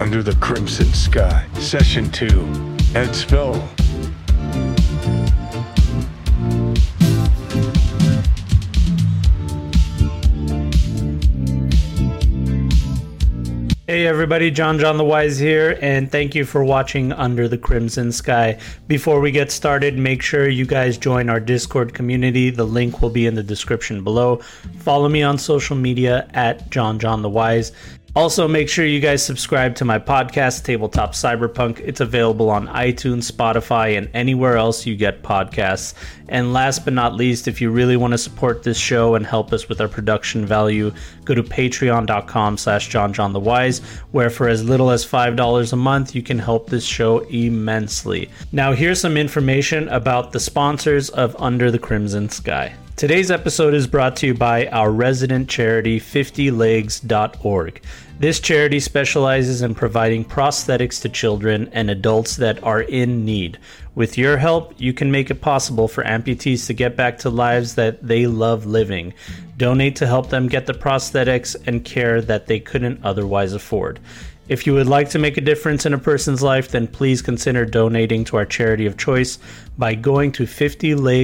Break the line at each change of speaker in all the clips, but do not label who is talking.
Under the Crimson Sky, Session 2, Edsville.
Hey everybody, John John the Wise here, and thank you for watching Under the Crimson Sky. Before we get started, make sure you guys join our Discord community. The link will be in the description below. Follow me on social media at John John the Wise. Also, make sure you guys subscribe to my podcast, Tabletop Cyberpunk. It's available on iTunes, Spotify, and anywhere else you get podcasts. And last but not least, if you really want to support this show and help us with our production value, go to patreon.com slash johnjohnthewise, where for as little as $5 a month, you can help this show immensely. Now, here's some information about the sponsors of Under the Crimson Sky. Today's episode is brought to you by our resident charity, 50legs.org. This charity specializes in providing prosthetics to children and adults that are in need. With your help, you can make it possible for amputees to get back to lives that they love living. Donate to help them get the prosthetics and care that they couldn't otherwise afford. If you would like to make a difference in a person's life, then please consider donating to our charity of choice by going to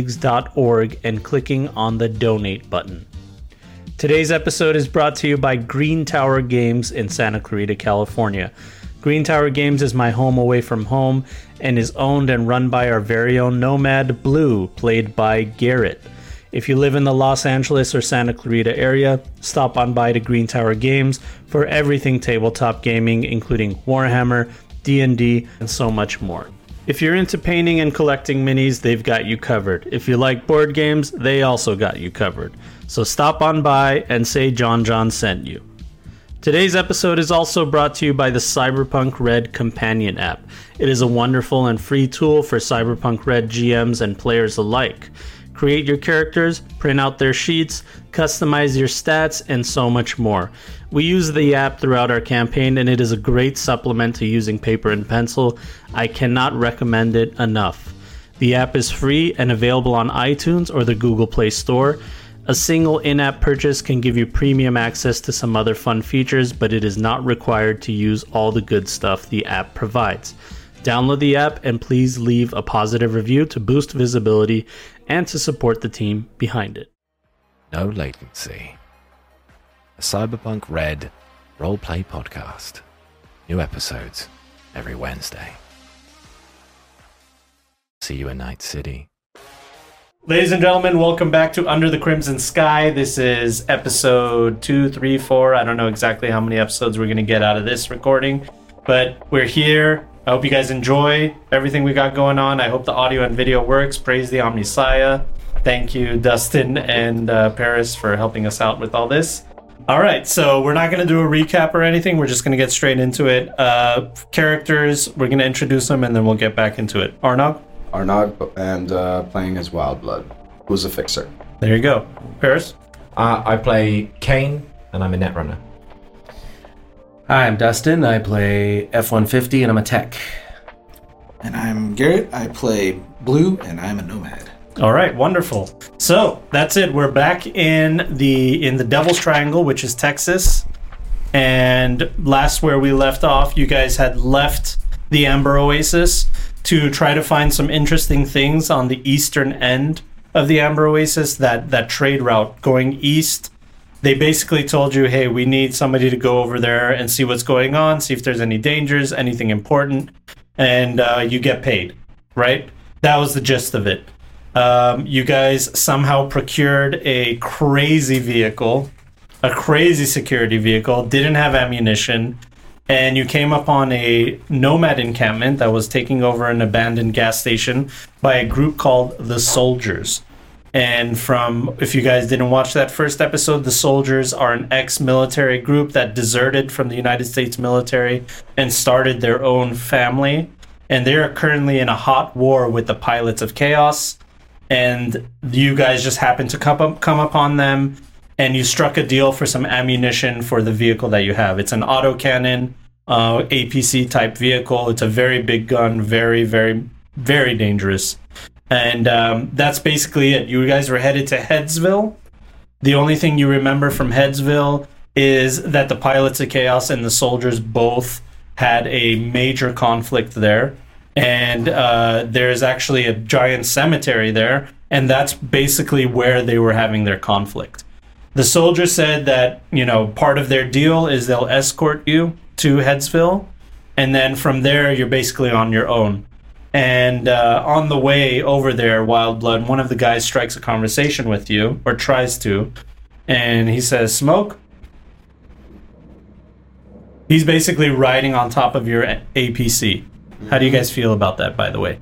50legs.org and clicking on the donate button. Today's episode is brought to you by Green Tower Games in Santa Clarita, California. Green Tower Games is my home away from home and is owned and run by our very own Nomad Blue, played by Garrett. If you live in the Los Angeles or Santa Clarita area, stop on by to Green Tower Games for everything tabletop gaming including Warhammer, D&D, and so much more. If you're into painting and collecting minis, they've got you covered. If you like board games, they also got you covered. So stop on by and say John John sent you. Today's episode is also brought to you by the Cyberpunk Red Companion app. It is a wonderful and free tool for Cyberpunk Red GMs and players alike create your characters, print out their sheets, customize your stats, and so much more. We use the app throughout our campaign, and it is a great supplement to using paper and pencil. I cannot recommend it enough. The app is free and available on iTunes or the Google Play Store. A single in app purchase can give you premium access to some other fun features, but it is not required to use all the good stuff the app provides. Download the app and please leave a positive review to boost visibility and to support the team behind it.
No latency. A Cyberpunk Red roleplay podcast. New episodes every Wednesday. See you in Night City.
Ladies and gentlemen, welcome back to Under the Crimson Sky. This is episode two, three, four. I don't know exactly how many episodes we're going to get out of this recording, but we're here. I hope you guys enjoy everything we got going on. I hope the audio and video works. Praise the Omnisaya. Thank you, Dustin and uh, Paris, for helping us out with all this. All right, so we're not going to do a recap or anything. We're just going to get straight into it. Uh, characters, we're going to introduce them and then we'll get back into it. Arnog,
Arnog and uh, playing as Wild Blood, who's a fixer.
there you go. Paris,
Uh, I play Kane, and I'm a netrunner.
Hi, I'm Dustin. I play F 150 and I'm a tech.
And I'm Garrett. I play blue, and I'm a nomad.
All right, wonderful. So that's it. We're back in the in the Devil's Triangle, which is Texas. And last where we left off, you guys had left the Amber Oasis to try to find some interesting things on the eastern end of the Amber Oasis. That that trade route going east. They basically told you, "Hey, we need somebody to go over there and see what's going on, see if there's any dangers, anything important, and uh, you get paid." Right? That was the gist of it. Um, you guys somehow procured a crazy vehicle, a crazy security vehicle, didn't have ammunition, and you came upon a nomad encampment that was taking over an abandoned gas station by a group called the Soldiers. And from, if you guys didn't watch that first episode, the soldiers are an ex military group that deserted from the United States military and started their own family. And they are currently in a hot war with the pilots of chaos. And you guys just happened to come, up, come upon them and you struck a deal for some ammunition for the vehicle that you have. It's an autocannon, uh, APC type vehicle. It's a very big gun, very, very, very dangerous. And um, that's basically it. You guys were headed to Headsville. The only thing you remember from Headsville is that the pilots of chaos and the soldiers both
had a major conflict there, and uh, there's actually a giant cemetery there, and that's basically where they were having their conflict. The soldier said that you know part of their deal is they'll escort you to Headsville, and then from there you're basically on your own. And uh, on the way over there, Wild Blood, one of the guys strikes a conversation with you, or tries to, and he says, Smoke? He's basically riding on top of your A- APC. How do you guys feel about that, by the way?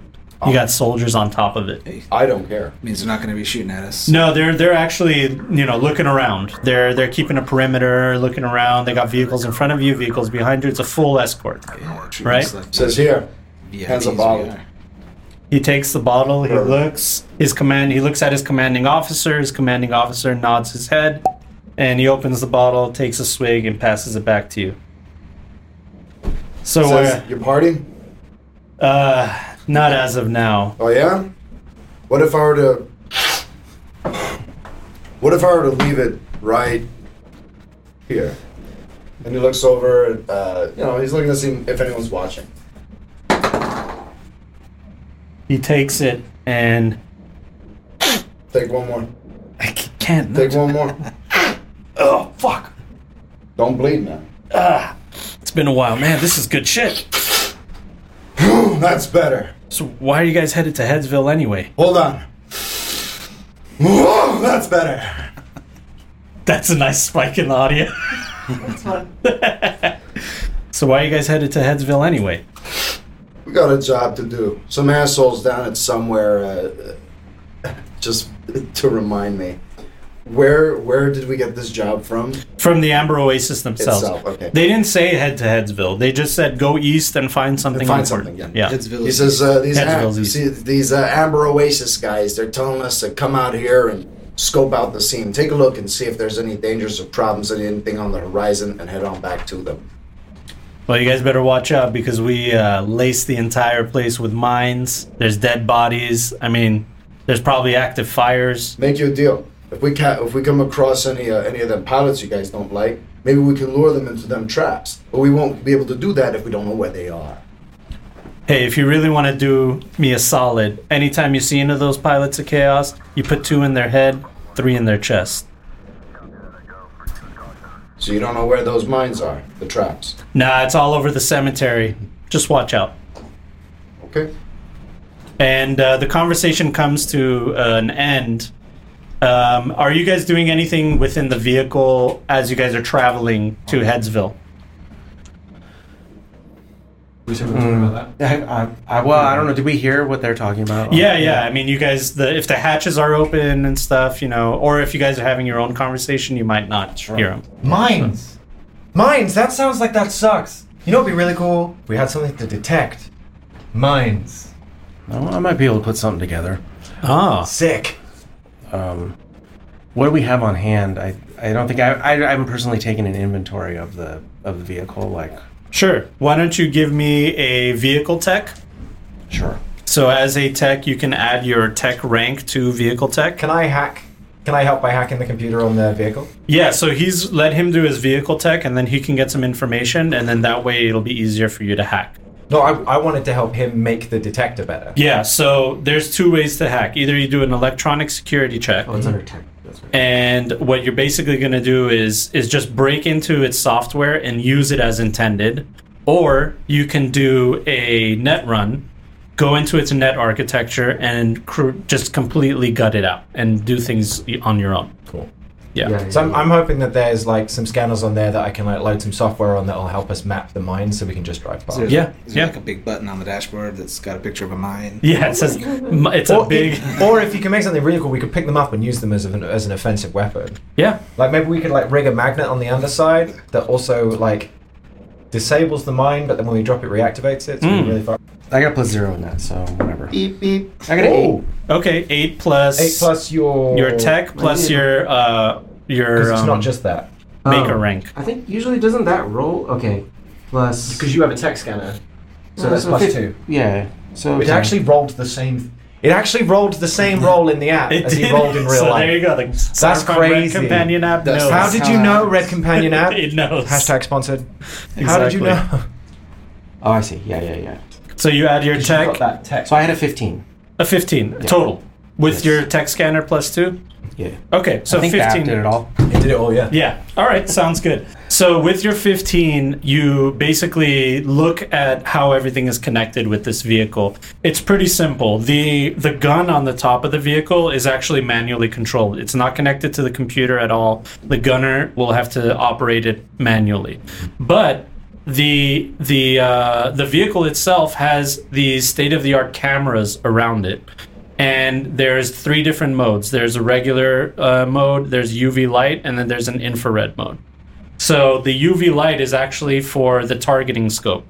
You got soldiers on top of it.
I don't care.
Means they're not going to be shooting at us.
No, they're they're actually you know looking around. They're they're keeping a perimeter, looking around. They got vehicles in front of you, vehicles behind you. It's a full escort.
Shooting
right?
us like
Says here. Has a
VIPs we
bottle.
are.
He takes the bottle. He looks his command. He looks at his commanding officer. His commanding officer nods his head, and he opens the bottle, takes a swig, and passes it back to you. So
Says,
we're
your party?
uh, not as of now.
Oh yeah? What if I were to What if I were to leave it right here? And he looks over and uh, you know, he's looking to see if anyone's watching.
He takes it and
Take one more.
I c- can't.
Take one more.
Oh fuck!
Don't bleed now.
It's been a while, man. This is good shit.
Ooh, That's better.
So why are you guys headed to Headsville anyway?
Hold on. Whoa, that's better.
That's a nice spike in the audio. so why are you guys headed to Headsville anyway?
We got a job to do. Some assholes down at somewhere. Uh, just to remind me, where where did we get this job from?
From the Amber Oasis themselves.
Itself, okay.
They didn't say head to Headsville. They just said go east and find something.
Find
important.
something,
Yeah.
Headsville
He
is-
says uh, these
Headsville,
am-
these-
see, these uh, Amber Oasis guys. They're telling us to come out here and scope out the scene, take a look, and see if there's any dangers or problems, or anything on the horizon, and head on back to them.
Well, you guys better watch out because we uh, lace the entire place with mines. There's dead bodies. I mean, there's probably active fires.
Make you a deal. If we ca- if we come across any uh, any of them pilots you guys don't like, maybe we can lure them into them traps. But we won't be able to do that if we don't know where they are.
Hey, if you really want to do me a solid, anytime you see any of those pilots of chaos, you put two in their head, three in their chest.
So you don't know where those mines are, the traps.
Nah, it's all over the cemetery. Just watch out.
Okay.
and uh, the conversation comes to uh, an end. Um, are you guys doing anything within the vehicle as you guys are traveling to Headsville?
Oh, We said we were talking about that.
I, I, I, well, I don't know. Did we hear what they're talking about?
Yeah, yeah. I mean, you guys, the, if the hatches are open and stuff, you know, or if you guys are having your own conversation, you might not hear them.
Mines! Mines! That sounds like that sucks. You know what'd be really cool? We had something to detect. Mines.
Well, Oh, I might be able to put something together.
Ah.
Oh,
Sick.
Um, what do we have on hand? I, I don't think I, I, I haven't personally taken an inventory of the of the vehicle. Like,
sure. Why don't you give me a vehicle tech?
sure.
So, as a tech, you can add your tech rank to vehicle tech.
Can I hack? Can I help by hacking the computer on the vehicle?
Yeah, so he's let him do his vehicle tech, and then he can get some information, and then that way it'll be easier for you to hack.
No, I, I wanted to help him make the detector better.
Yeah, so there's two ways to hack. Either you do an electronic security check,
Oh, it's under tech. That's right.
and what you're basically going to do is is just break into its software and use it as intended, or you can do a net run, go into its net architecture and cr- just completely gut it out and do things on your own.
Cool.
yeah.
So I'm, I'm hoping that there's like some scanners on there that I can like load some software on that'll help us map the mine so we can just drive past.
Is there-
Yeah,
Is there
yeah.
like a big button on the dashboard that's got a picture of a mine?
Yeah, it says m- it's a
Or,
big.
or if you can make something really cool, we could pick them up and use them as an as an offensive weapon.
Yeah,
Like maybe we could like rig a magnet on the underside that also like disables the mine, but then when we drop it, reactivates it. So
Hmm.
we really far.
I got plus zero in that, so whatever.
Beep beep.
I got an eight.
Okay, eight plus
Eight plus your
your tech plus your uh your
'cause it's
um,
not just that.
maker
Oh.
rank.
I think usually doesn't that roll? Okay, plus
Because you have a tech scanner, so that's plus two.
Yeah. So
It actually rolled the same. It actually rolled the same roll in the app as he rolled in real
so
life.
there you go. The Cyberpunk Red
crazy.
companion app
That's
knows.
How did you
How
know
nice.
Red Companion app?
it knows?
Hashtag sponsored. How did you
Exactly.
know?
Oh, I see. Yeah, yeah, yeah.
So you add your
You've got
tech,
that tech.
So I had a 15.
a 15 total with your tech scanner plus two.
Yeah.
Okay, so
I think
15.
Dap did it all.
It did it all, yeah.
Yeah. All right. Sounds good. So with your 15, you basically look at how everything is connected with this vehicle. It's pretty simple. The the gun on the top of the vehicle is actually manually controlled. It's not connected to the computer at all. The gunner will have to operate it manually. But the the uh, the vehicle itself has these state of the art cameras around it and there's three different modes there's a regular uh, mode there's uv light and then there's an infrared mode so the uv light is actually for the targeting scope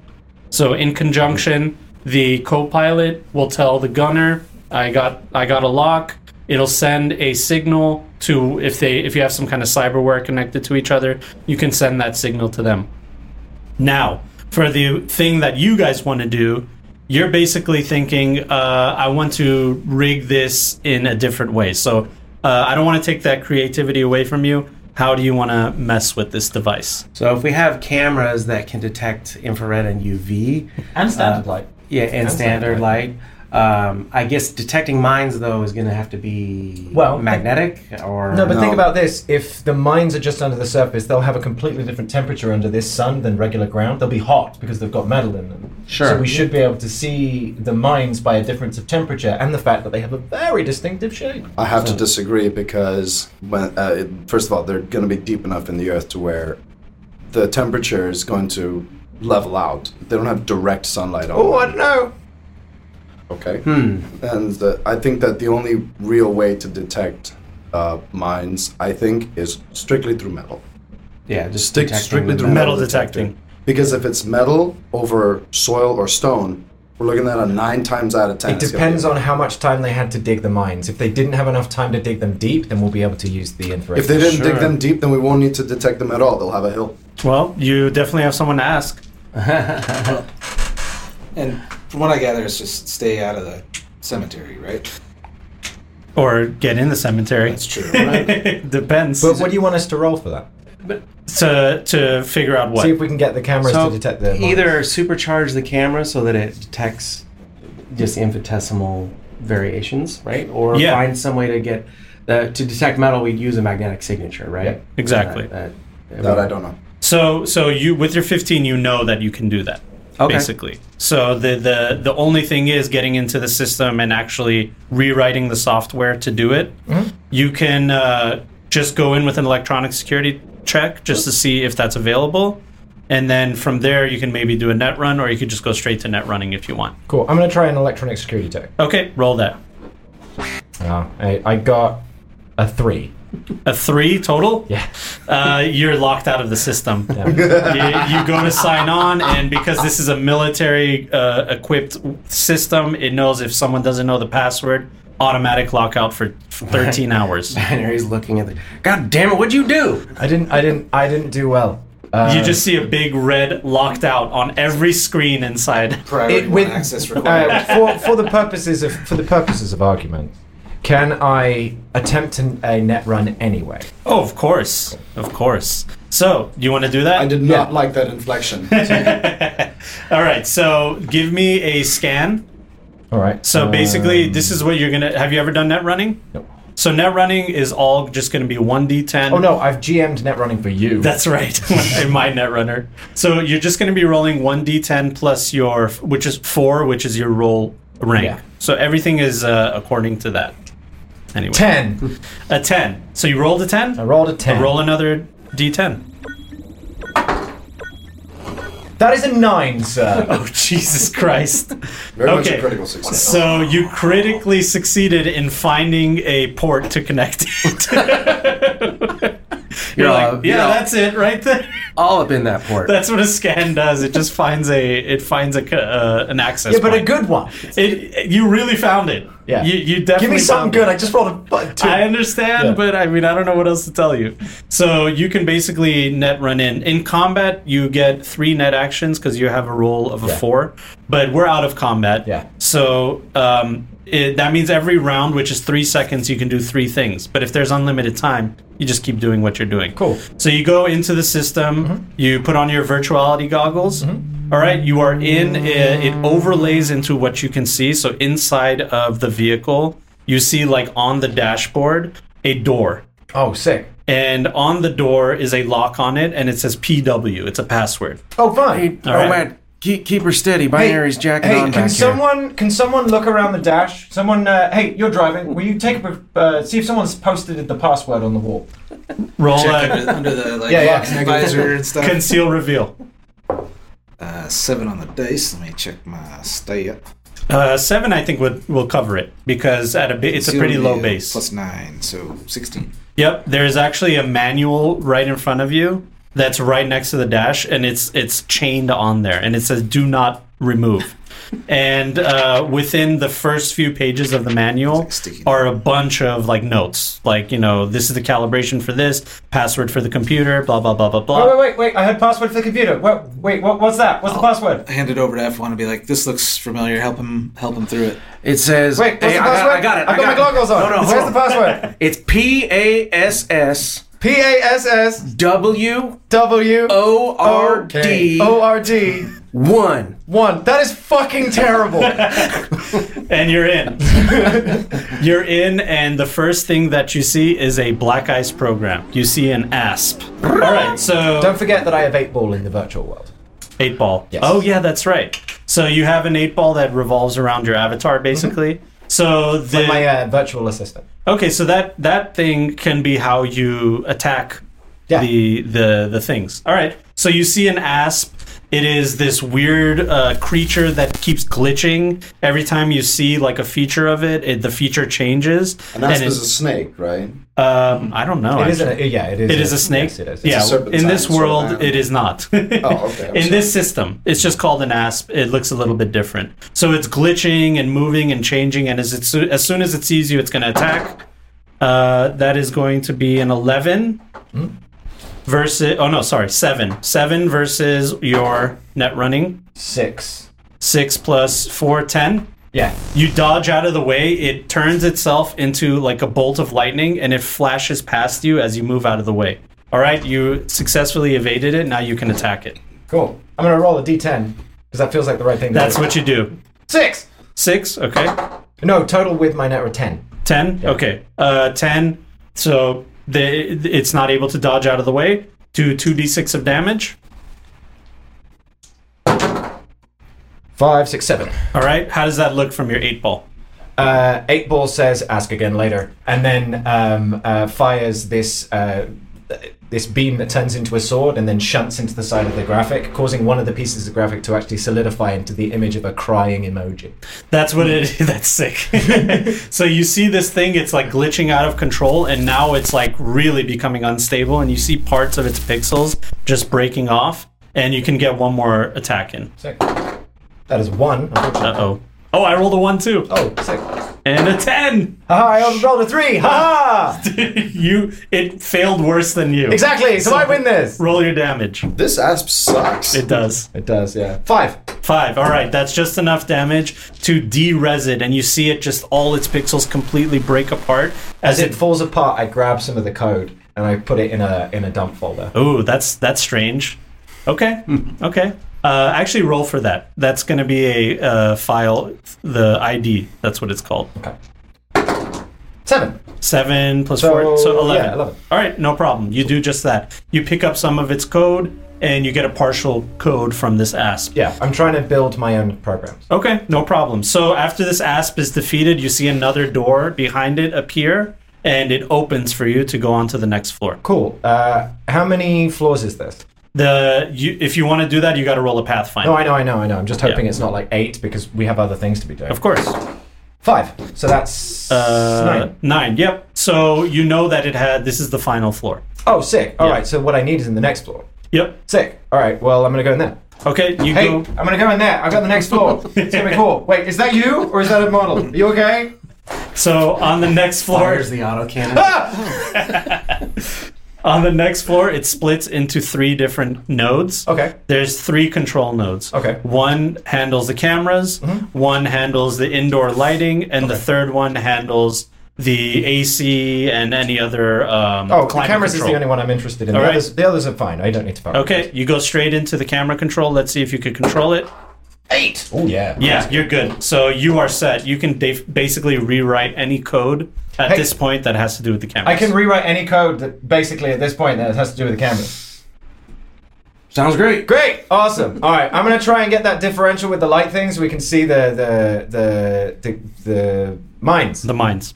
so in conjunction the co-pilot will tell the gunner i got i got a lock it'll send a signal to if they if you have some kind of cyberware connected to each other you can send that signal to them now, for the thing that you guys want to do, you're basically thinking, uh, I want to rig this in a different way. So uh, I don't want to take that creativity away from you. How do you want to mess with this device?
So if we have cameras that can detect infrared and UV,
And standard light.
yeah, and standard light. Um, I guess detecting mines though is going to have to be
Well-
magnetic or
No, but
No.
think about this. If the mines are just under the surface, they'll have a completely different temperature under this sun than regular ground. They'll be hot because they've got metal in them.
Sure.
So we should be able to see the mines by a difference of temperature and the fact that they have a very distinctive shape.
I have to disagree because when uh, it- first of all, they're going to be deep enough in the earth to where the temperature is going to level out. They don't have direct sunlight on.
Oh, I
them,
don't know. Hmm.
okay. And uh, I think that the only real way to detect uh, mines, I think, is strictly through metal.
yeah, just
Stick
detecting
strictly
the
through metal,
metal.
Metal detecting.
Because if it's metal over soil or stone, we're looking at a nine times out of ten.
It depends on how much time they had to dig the mines. If they didn't have enough time to dig them deep, then we'll be able to use the infrared.
If they didn't dig
Sure.
them deep, then we won't need to detect them at all. They'll have a hill.
Well, you definitely have someone to ask.
And from what I gather, it's just stay out of the cemetery, right?
Or get in the cemetery.
That's true, right?
Depends.
but what do you want us to roll for that?
to, to figure out what.
See if we can get the cameras
So
to detect the mines.
either supercharge the camera so that it detects just infinitesimal variations, right? Or
Yeah.
find some way to get uh, to detect metal. We'd use a magnetic signature, right? Uh,
exactly.
That,
Hmm.
That I don't know.
So so you with your 15 you know that you can do that.
Okay.
Basically. So the the the only thing is getting into the system and actually rewriting the software to do it. You can uh, just go in with an electronic security check just to see if that's available. And then from there you can maybe do a net run or you could just go straight to net running if you want.
Cool. I'm going to try an electronic security tech.
Okay, roll that.
Oh.
Ah, I, I got a three.
A 3 total?
Yeah.
uh, you're locked out of the system. you, you go to sign on, and because this is a military uh, equipped system, it knows if someone doesn't know the password, automatic lockout for 13 hours.
He's looking at the. God damn it! What'd you do?
I didn't. I didn't. I didn't do well. Uh,
You just see a big red locked out on every screen inside.
Priority
It- with-
one access required.
uh, for for the purposes of for the purposes of argument. Can I attempt an, a net run anyway?
Oh, of course. Of course. So, you want to do that?
I did not like that inflection.
All right, so give me a scan.
All right.
So basically,
Um,
this is what you're going to. Have you ever done net running?
No.
So, net running is all just going to be 1d10.
Oh no, I've GM'd net running for you.
That's right, in my Netrunner. So you're just going to be rolling 1d10 plus your, which is 4, which is your roll rank.
Yeah.
So everything is uh, according to that. Anyway.
ten.
A 10. So you rolled a 10?
I rolled a ten.
Roll another d10.
That is a nine, sir.
Oh, Jesus Christ.
Very much
Okay.
a critical success.
So you critically succeeded in finding a port to connect it.
Uh,
You're
Yeah,
like, yeah,
yeah.
that's it right there.
All up in that port.
That's what a scan does. It just finds a it finds a c- uh, an access.
yeah, but a
point.
good one.
It, you really found it.
Yeah.
You, you definitely
Give me something
found
good.
It.
I just rolled a bu- two.
I understand,
Yeah.
but I mean, I don't know what else to tell you. So you can basically net run in. In combat, you get three net actions because you have a roll of a
Yeah.
four, but we're out of combat.
Yeah.
So um, it, that means every round, which is three seconds, you can do three things. But if there's unlimited time, you just keep doing what you're doing.
Cool. Mm-hmm.
So you go into the system, you put on your virtuality goggles, All right, you are in. uh, It, it overlays into what you can see. So inside of the vehicle, you see like on the dashboard a door,
Oh, sick.
and on the door is a lock on it, and it says PW. It's a password.
Oh, fine.
Oh,
right.
man. Keep, keep her steady. Binary's jacking
hey,
on
can
back
someone can someone look around the dash? Someone, uh, hey, you're driving. Will you take a uh, see if someone's posted the password on the wall?
Roll
Check
a
under, under the like
Yeah, yeah.
box and visor and stuff.
conceal reveal.
uh, seven on the dice. Let me check my stay up.
Uh, seven, I think, would will cover it because at a bi- it's a pretty
Zero
low
to
base.
Plus nine, so sixteen.
Yep, there's actually a manual right in front of you that's right next to the dash, and it's it's chained on there, and it says "Do not remove." and uh, within the first few pages of the manual
sticky
are a bunch of like notes, like you know, this is the calibration for this, password for the computer, blah blah blah blah blah.
Oh, wait, wait, wait. I heard password for the computer. Wait, wait what, what's that? What's the password?
I hand it over to F1 and be like, "This looks familiar. Help him, help him through it."
It says.
Wait, what's
Hey,
the
I
password?
got, I got it.
I've got,
I
my goggles on.
No, no, hold
Where's
on.
the password?
It's P A S S
P A S S
W
W
O R D
O R D
one.
one. That is fucking terrible.
and you're in. you're in, and the first thing that you see is a black ice program. You see an ASP. All right, so
Don't forget that I have eight ball in the virtual world.
Eight ball.
Yes.
Oh yeah, that's right. So you have an eight ball that revolves around your avatar, basically. So the
Mm-hmm. Like my uh, virtual assistant.
okay, so that that thing can be how you attack
Yeah.
the the the things. All right. So you see an asp. It is this weird uh, creature that keeps glitching every time you see like a feature of it. it the feature changes.
And that's
it-
a snake, right?
um, I don't know.
It is
actually.
a, yeah, it is.
It is a snake.
Yes, it is.
Yeah,
a serpentine
in this
sort of
world,
animal.
it is not.
okay, I'm
in
sorry.
this system, it's just called an asp. It looks a little bit different. So it's glitching and moving and changing. And as it so- as soon as it sees you, it's going to attack. Uh, that is going to be an eleven versus. Oh no, sorry, seven. Seven versus your net running
six.
six plus four ten.
Yeah.
You dodge out of the way. It turns itself into like a bolt of lightning, and it flashes past you as you move out of the way. All right, you successfully evaded it. Now you can attack it.
Cool. I'm gonna roll a d10 because that feels like the right thing. To
That's
do.
what you do.
six.
Six. Okay.
No total with my net were ten.
Ten. Okay. Uh, ten. So the, it's not able to dodge out of the way. Do two d six of damage.
Five, six, seven.
All right. How does that look from your eight ball?
Uh, eight ball says ask again later, and then um, uh, fires this. Uh, this beam that turns into a sword and then shunts into the side of the graphic, causing one of the pieces of graphic to actually solidify into the image of a crying emoji.
That's what it. That's sick. so you see this thing, it's like glitching out of control, and now it's like really becoming unstable, and you see parts of its pixels just breaking off, and you can get one more attack in.
Sick. That is one. unfortunately.
Uh oh. Oh, I rolled a one too,
Oh, sick. Ha
and a ten.
ha, I rolled a three. Ha ha!
you it failed worse than you.
Exactly, so I win this.
Roll your damage.
This asp sucks.
It does.
It does, yeah. Five.
Five. All right, that's just enough damage to de-res it, and you see it just all its pixels completely break apart as
As it
it.
falls apart, I grab some of the code and I put it in a in a dump folder.
Oh, that's that's strange. Okay, okay. Uh, actually, roll for that. That's going to be a uh, file, the ID. That's what it's called.
Seven.
Seven plus
So,
four, so eleven.
yeah, 11.
All right, no problem. You do just that. You pick up some of its code, and you get a partial code from this ASP.
Yeah, I'm trying to build my own programs.
Okay, no problem. So after this asp is defeated, you see another door behind it appear, and it opens for you to go on to the next floor.
Cool. Uh, how many floors is this?
The you, if you want to do that, you got to roll a pathfinder.
No, I know, I know, I know. I'm just hoping
Yeah.
it's not like eight because we have other things to be doing.
of course.
Five. So that's
Uh,
nine.
Yep. So you know that it had. This is the final floor.
Oh, sick. All right.
yeah.
So what I need is in the next floor.
Yep.
Sick. All right. Well, I'm gonna go in there.
Okay. You
Hey,
go.
I'm gonna go in there. I've got the next floor. It's gonna be cool. Wait, is that you or is that a model? Are you okay?
So on the next floor,
Here's the autocannon.
Ah!
on the next floor, it splits into three different nodes.
Okay.
There's three control nodes.
Okay. Mm-hmm.
One handles the cameras, one handles the indoor lighting, and the third one handles the AC and any other. Um,
Oh,
climate
cameras is
control.
the only one I'm interested in. The,
All right.
others, the others are fine. I don't need to
Oh.
fuck. with
Okay, you go straight into the camera control. Let's see if you can control it.
those. Oh yeah.
Yeah, you're good. So you are set. You can da- basically rewrite any code at
Hey.
this point that has to do with the cameras.
I can rewrite any code that basically at this point that has to do with the camera.
Sounds great.
Great, awesome. All right, I'm gonna try and get that differential with the light things. We can see the the the the, the mines.
the mines.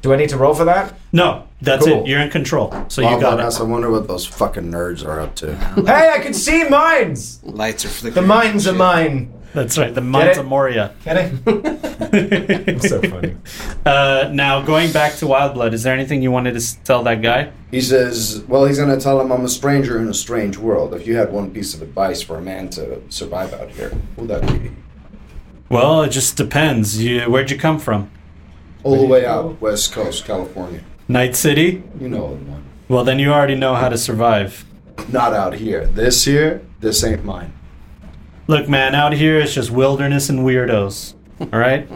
Do I need to roll for that?
No, that's
Cool.
it. You're in control. So
All
you got
that
it.
ass, I wonder what those fucking nerds are up to.
Hey, I can see mines.
Lights are flickering.
The mines are
Shit.
mine.
That's right. The mines
it?
of Moria.
Get it? It's so funny.
Uh, now going back to Wild Blood, is there anything you wanted to s- tell that guy?
He says, well, he's gonna tell him I'm a stranger in a strange world. If you had one piece of advice for a man to survive out here, what would that be?
Well, it just depends. You, where'd you come from?
All the way out west coast, California.
Night City.
You know the one.
Well, then you already know how to survive.
Not out here. This here, this ain't mine.
Look, man, out here it's just wilderness and weirdos. All right,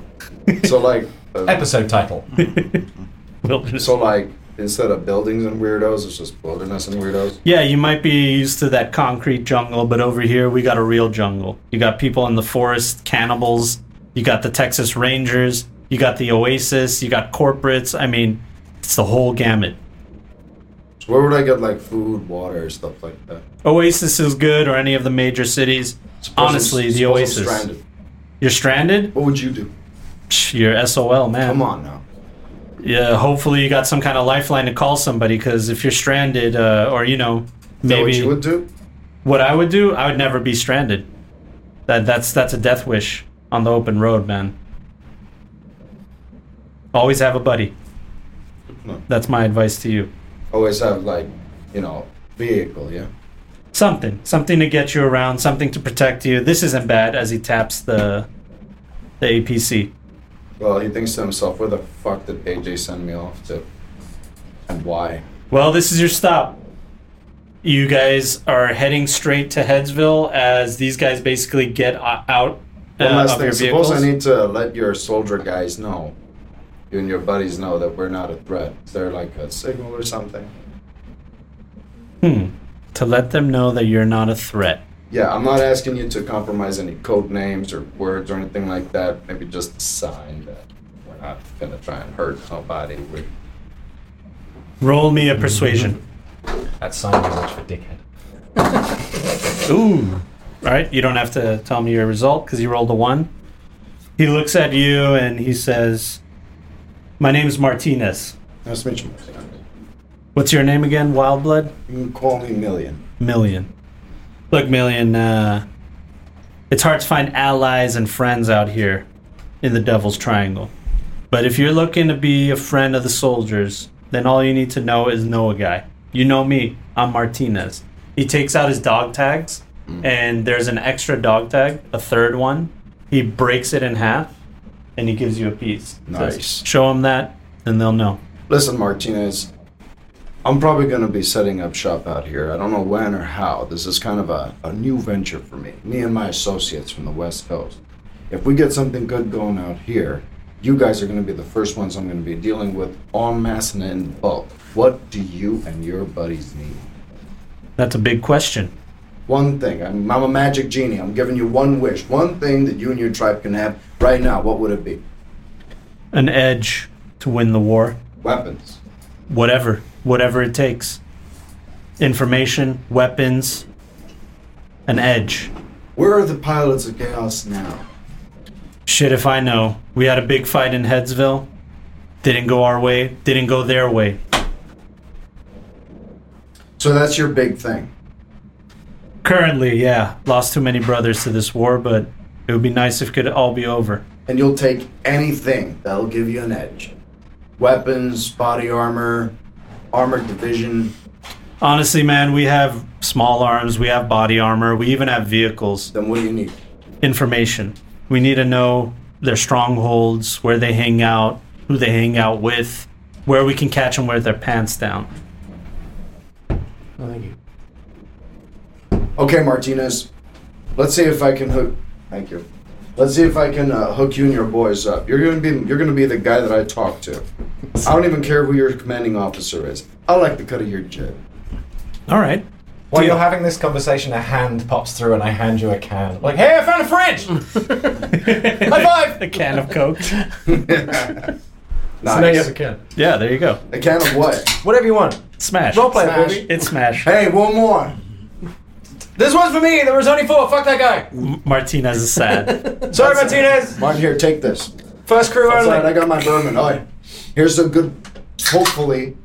So like, uh,
Episode title.
wilderness.
so like, instead of buildings and weirdos, it's just wilderness and weirdos.
Yeah, you might be used to that concrete jungle, but over here we got a real jungle. You got people in the forest, cannibals. You got the Texas Rangers. You got the Oasis. You got corporates. I mean, it's the whole gamut.
So where would I get like food, water, stuff like that?
Oasis is good, or any of the major cities.
Suppose I'm-
Honestly, the
suppose I'm
Oasis.
stranded.
You're stranded?
What would you do?
Psh, You're SOL, man.
Come on now.
Yeah, hopefully you got some kind of lifeline to call somebody, because if you're stranded, uh, or you know,
Is that
maybe
what you would do?
What I would do, I would never be stranded. That that's that's a death wish on the open road, man. Always have a buddy.
No.
That's my advice to you.
Always have like, you know, vehicle. Yeah.
Something, something to get you around, something to protect you. This isn't bad. As he taps the the APC.
Well, he thinks to himself, where the fuck did AJ send me off to? And why?
Well, this is your stop. You guys are heading straight to Headsville as these guys basically get o- out uh,
One last
of
thing.
your
Suppose
vehicles.
I need to let your soldier guys know, you and your buddies know that we're not a threat. Is there like a signal or something?
Hmm. To let them know that you're not a threat.
Yeah, I'm not asking you to compromise any code names or words or anything like that. Maybe just a sign that we're not gonna try and hurt nobody. We're
Roll me a persuasion.
That's sign language for dickhead.
Mm-hmm.
Ooh. All right, you don't have to tell me your result because you rolled a one. He looks at you and he says, My name's Martinez.
nice to meet you.
What's your name again? Wildblood?
You can call me Million.
Million. Look, Million, uh, it's hard to find allies and friends out here in the Devil's Triangle. But if you're looking to be a friend of the soldiers, then all you need to know is know a guy. You know me, I'm Martinez. He takes out his dog tags, and there's an extra dog tag, a third one. He breaks it in half, and he gives you a piece. Says,
Nice.
Show them that, and they'll know.
Listen, Martinez, I'm probably going to be setting up shop out here. I don't know when or how. This is kind of a, a new venture for me, me and my associates from the West Coast. If we get something good going out here, you guys are going to be the first ones I'm going to be dealing with en masse and in bulk. What do you and your buddies need?
That's a big question.
One thing. I'm, I'm a magic genie. I'm giving you one wish. One thing that you and your tribe can have right now. What would it be?
An edge to win the war.
Weapons.
whatever, whatever it takes. Information, weapons, an edge.
Where are the pilots of chaos now?
Shit, if I know. We had a big fight in Headsville. Didn't go our way, didn't go their way.
So that's your big thing.
Currently, yeah, lost too many brothers to this war, but it would be nice if it could all be over.
and you'll take anything that'll give you an edge. Weapons, body armor, armored division.
Honestly, man, we have small arms, we have body armor, we even have vehicles.
Then what do you need?
Information. We need to know their strongholds, where they hang out, who they hang out with, where we can catch them with their pants down.
Oh, thank you.
Okay, Martinez. Let's see if I can hook. Thank you. Let's see if I can uh, hook you and your boys up. You're gonna be you're gonna be the guy that I talk to. I don't even care who your commanding officer is. I like the cut of your jib.
All right.
While you're having this conversation, a hand pops through and I hand you a can. Like, hey, I found a fridge! High five!
A can of Coke.
So now you
Nice.
have a can.
yeah, there you go.
a can of what?
Whatever you want.
Smash.
Roleplay,
Smash.
baby.
It's Smash.
Hey, one more.
This one's for me! There was only four! Fuck that guy!
Martinez is sad.
Sorry, Martinez!
Martin, here, take this.
First crew
That's
only.
all right, I got my bourbon. All right. Here's a good, hopefully,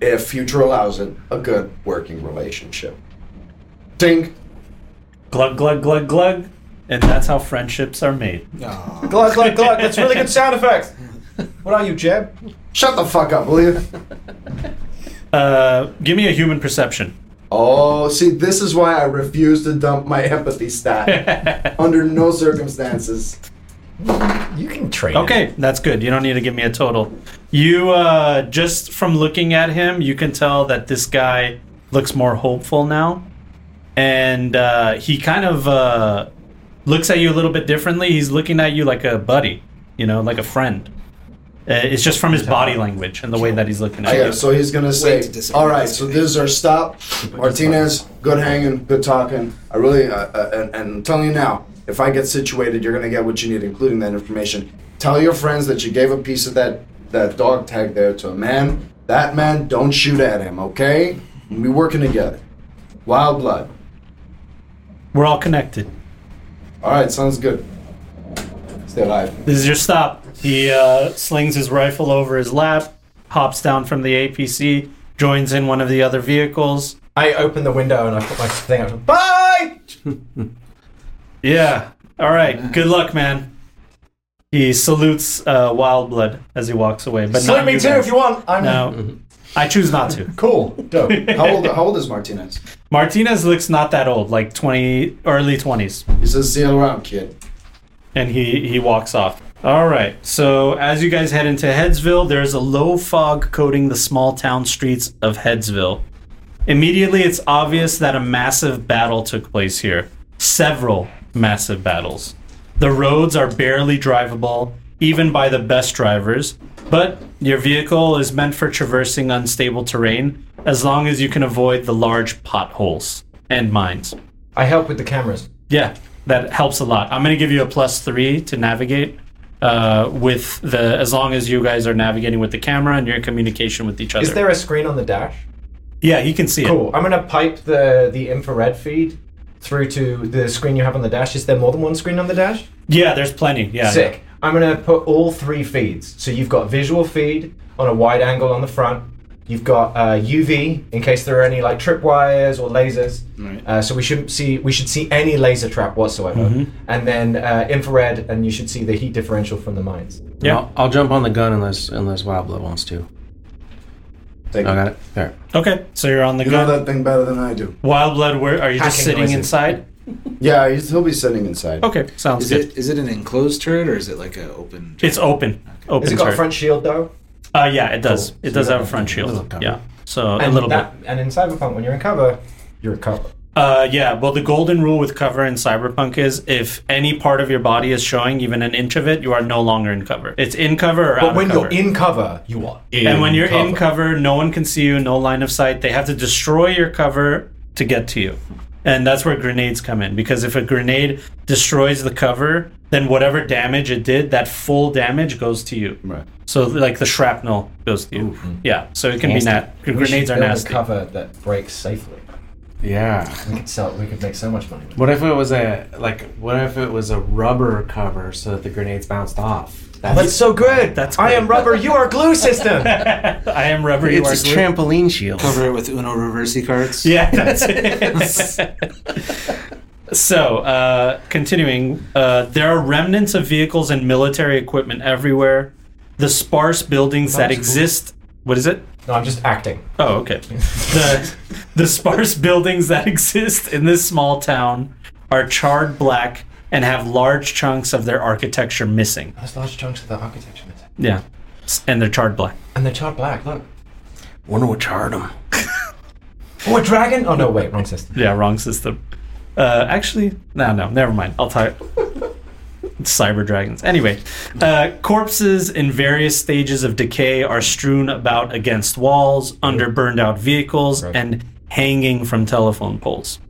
if future allows it, a good working relationship. Ding.
glug, glug, glug, glug. And that's how friendships are made.
Aw.
Glug, glug, glug. That's really good sound effects. What are you, Jeb?
Shut the fuck up, will you?
Uh, give me a human perception.
Oh, see, this is why I refuse to dump my empathy stat. Under no circumstances.
You can trade.
Okay, that's good. You don't need to give me a total. You uh, just from looking at him, you can tell that this guy looks more hopeful now, and uh, he kind of uh, looks at you a little bit differently. He's looking at you like a buddy, you know, like a friend. Uh, it's just from his body language and the way that he's looking at
Yeah,
you.
so he's gonna
to
say,
disagree
"All
with
right,
this
so this is our stop. Martinez, good hanging, good talking. I really, uh, uh, and, and I'm telling you now, if I get situated, you're gonna get what you need, including that information. Tell your friends that you gave a piece of that that dog tag there to a man. That man, don't shoot at him, okay? We working together. Wild blood.
We're all connected.
All right, sounds good. Stay alive.
This is your stop. He uh, slings his rifle over his lap, hops down from the APC, joins in one of the other vehicles.
I open the window and I put my thing out. Bye!
Yeah. All right. Good luck, man. He salutes uh, Wild Blood as he walks away. But
Salute
not
me
you
too
guys.
if you want. I'm
No, I choose not to.
cool. Dope.
How old? How old is Martinez?
Martinez looks not that old, like twenty, early twenties,
He says, "See you around, kid."
and he he walks off. All right. So as you guys head into Headsville, there's a low fog coating the small town streets of Headsville. Immediately, it's obvious that a massive battle took place here. Several massive battles. The roads are barely drivable, even by the best drivers, but your vehicle is meant for traversing unstable terrain as long as you can avoid the large potholes and mines.
I help with the cameras.
Yeah, that helps a lot. I'm going to give you a plus three to navigate uh, with the, as long as you guys are navigating with the camera and you're in communication with each other.
Is there a screen on the dash?
yeah, he can see it.
Cool. I'm gonna pipe the the infrared feed through to the screen you have on the dash. Is there more than one screen on the dash?
Yeah, there's plenty. Yeah.
Sick. I'm gonna put all three feeds. So you've got visual feed on a wide angle on the front. You've got uh, UV in case there are any like tripwires or lasers. Uh, so we shouldn't see we should see any laser trap whatsoever. And then uh, infrared, and you should see the heat differential from the mines.
Yeah.
I'll, I'll jump on the gun unless unless Wild Blood wants to.
Thank
I
you.
got it. There.
Okay, so you're on the
You know
gun.
that thing better than I do.
Wild blood. Where are you just
Hacking
sitting
noises.
inside?
Yeah, he's, he'll be sitting inside.
Okay, sounds
Is
good.
it is it an enclosed turret or is it like an open?
It's open. Open
Has it got a
turret.
front shield though?
Uh, yeah, it does. It does
you
have a
got
front
a
shield.
little cover.
yeah. So a little bit.
And in Cyberpunk, when you're in cover, you're in cover.
Uh, yeah. Well, the golden rule with cover in Cyberpunk is if any part of your body is showing even an inch of it, you are no longer in cover. It's in cover or out
But
of
when
cover.
you're in cover, you are. In
and when you're in cover, no one can see you, no line of sight. They have to destroy your cover to get to you. And that's where grenades come in because if a grenade destroys the cover, then whatever damage it did, that full damage goes to you.
Right.
So like the shrapnel goes to you. Yeah. So it can be nat.
We should
Grenades are
build a
nasty.
cover that breaks safely.
Yeah.
We could sell. We could make so much money. with it.
What if it was a like? What if it was a rubber cover so that the grenades bounced off? That's,
That's so good.
That's
I
great.
am rubber. You are glue system.
I am rubber. you
it's a
are glue.
trampoline shield.
Cover it with Uno reversi cards.
Yeah, that's it. so, uh, continuing, uh, there are remnants of vehicles and military equipment everywhere. The sparse buildings that
That's cool.
exist. What is it?
no, I'm just acting.
Oh, okay. the, the sparse buildings that exist in this small town are charred black and have large chunks of their architecture missing.
That's large chunks of the architecture, mate.
Yeah. S- And they're charred black.
and they're charred black. Look.
Wonder what charred them.
Oh, a dragon. Oh no, wait, wrong system.
Yeah, wrong system. Uh, actually, no, no, never mind. I'll tie. cyber dragons. Anyway, uh, corpses in various stages of decay are strewn about against walls, under burned out vehicles, and hanging from telephone poles.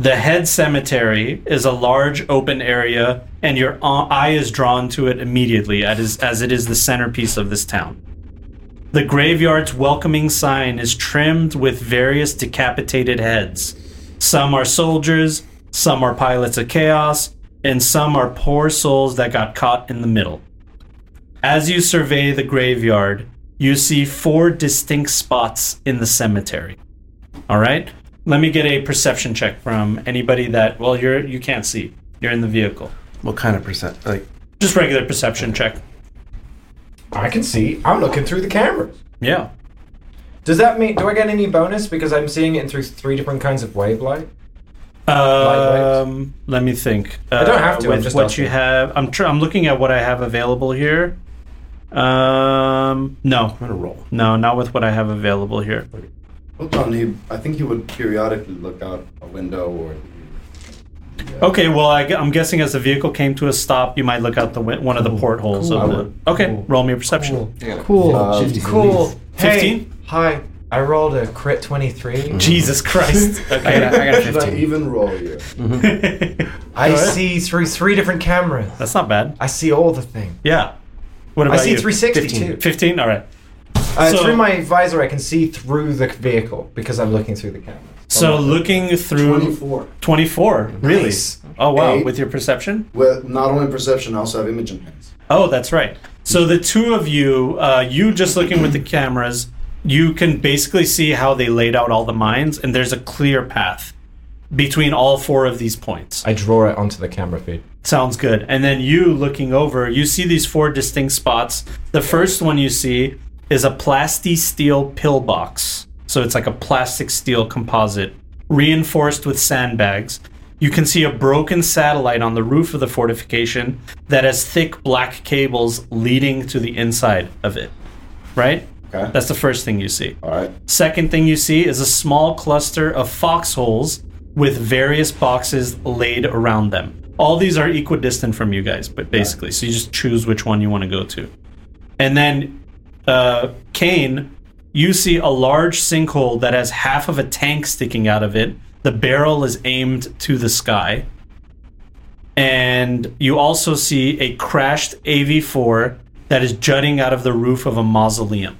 The head cemetery is a large open area, and your o- eye is drawn to it immediately, as, as it is the centerpiece of this town. The graveyard's welcoming sign is trimmed with various decapitated heads. Some are soldiers, some are pilots of chaos, and some are poor souls that got caught in the middle. As you survey the graveyard, you see four distinct spots in the cemetery. All right? Let me get a perception check from anybody that well you're you can't see. You're in the vehicle.
What kind of percent? Like,
Just regular perception check.
I can see. I'm looking through the camera.
Yeah.
Does that mean? Do I get any bonus because I'm seeing it in through three different kinds of wave light? Lightweight.
Um, let me think. Uh,
I don't have to,
With
I'm just
what
asking.
you have, I'm tr- I'm looking at what I have available here. Um, no,
I'm gonna roll.
no, not with what I have available here.
Hold on, he, I think he would periodically look out a window or.
Okay, well, I, am guessing as the vehicle came to a stop, you might look out the win- one of the portholes.
Cool.
Of
I
the-
would.
okay, roll me a perception.
Cool.
Uh,
cool. Hey.
15?
Hi. I rolled a crit 23.
Jesus Christ.
I got, I got
Did I
15.
even roll here?
I see through three different cameras.
That's not bad.
I see all the thing.
Yeah. What
I
about
see
you?
360 too.
15? All right.
Uh,
So-
through my visor, I can see through the vehicle because I'm looking through the camera.
So looking through
24.
24. Really?
Nice.
Oh, wow.
Eight.
With your perception?
Well, not only perception, I also have image enhance.
Oh, that's right. So the two of you, uh, you just looking with the cameras, you can basically see how they laid out all the mines, and there's a clear path between all four of these points.
I draw it onto the camera feed.
Sounds good. And then you looking over, you see these four distinct spots. The first one you see is a plasti steel pillbox. So it's like a plastic steel composite reinforced with sandbags. You can see a broken satellite on the roof of the fortification that has thick black cables leading to the inside of it. Right?
Okay.
That's the first thing you see.
All right.
Second thing you see is a small cluster of foxholes with various boxes laid around them. All these are equidistant from you guys, but basically, so you just choose which one you want to go to. And then, uh, Kane, you see a large sinkhole that has half of a tank sticking out of it. The barrel is aimed to the sky. And you also see a crashed AV4 that is jutting out of the roof of a mausoleum.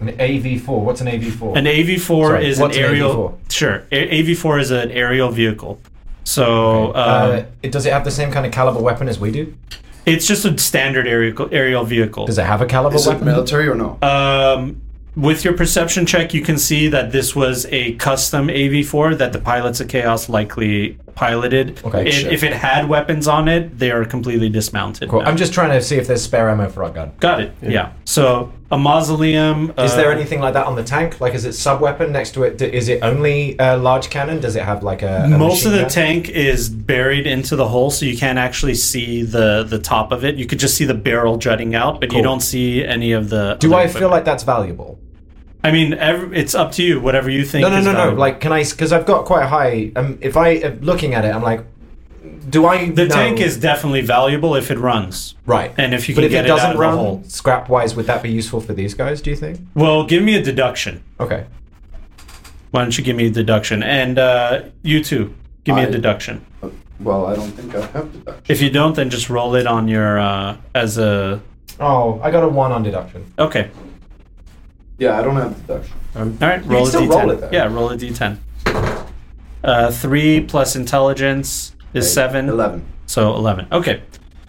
An AV4. What's an AV4?
An AV4
Sorry,
is
what's
an
an
aerial. Sure, A- AV4 is an aerial vehicle. So um,
uh, it, does it have the same kind of caliber weapon as we do?
it's just a standard aerial aerial vehicle.
Does it have a caliber
Is it
weapon?
military or no?
Um, with your perception check, you can see that this was a custom AV4 that the pilots of Chaos likely piloted.
Okay,
It-
sure.
if it had weapons on it, they are completely dismounted.
Cool.
now.
I'm just trying to see if there's spare ammo for our gun.
Got it. Yeah. So a mausoleum. uh,
Is there anything like that on the tank? Like, is it sub weapon next to it? D- Is it only a large cannon? Does it have like a, a
most of
machine
the
gun?
tank is buried into the hole so you can't actually see the the top of it you could just see the barrel jutting out but you
Cool.
don't see any of the
Do
other
I feel
equipment.
like that's valuable?
i mean ev it's up to you whatever you think
No, no,
is
no, no.
valuable.
Like, can I? Because I've got quite a high. Um, if I am looking at it, I'm like, do I?
the
know-
tank is definitely valuable if it runs
right,
and if you
but
can
if
get
it
it out
doesn't
of the hole.
run scrap wise, would that be useful for these guys? Do you think?
well give me a deduction
Okay,
why don't you give me a deduction and uh you too give me a
I-
deduction
Well, I don't think I have deduction.
if you don't then just roll it on your uh as a
Oh, I got a one on deduction.
okay
Yeah, I don't have deduction.
All right, roll a
still
d10.
roll it, though.
yeah, roll a d10. Uh, three plus intelligence is seven.
Eleven.
So eleven. Okay.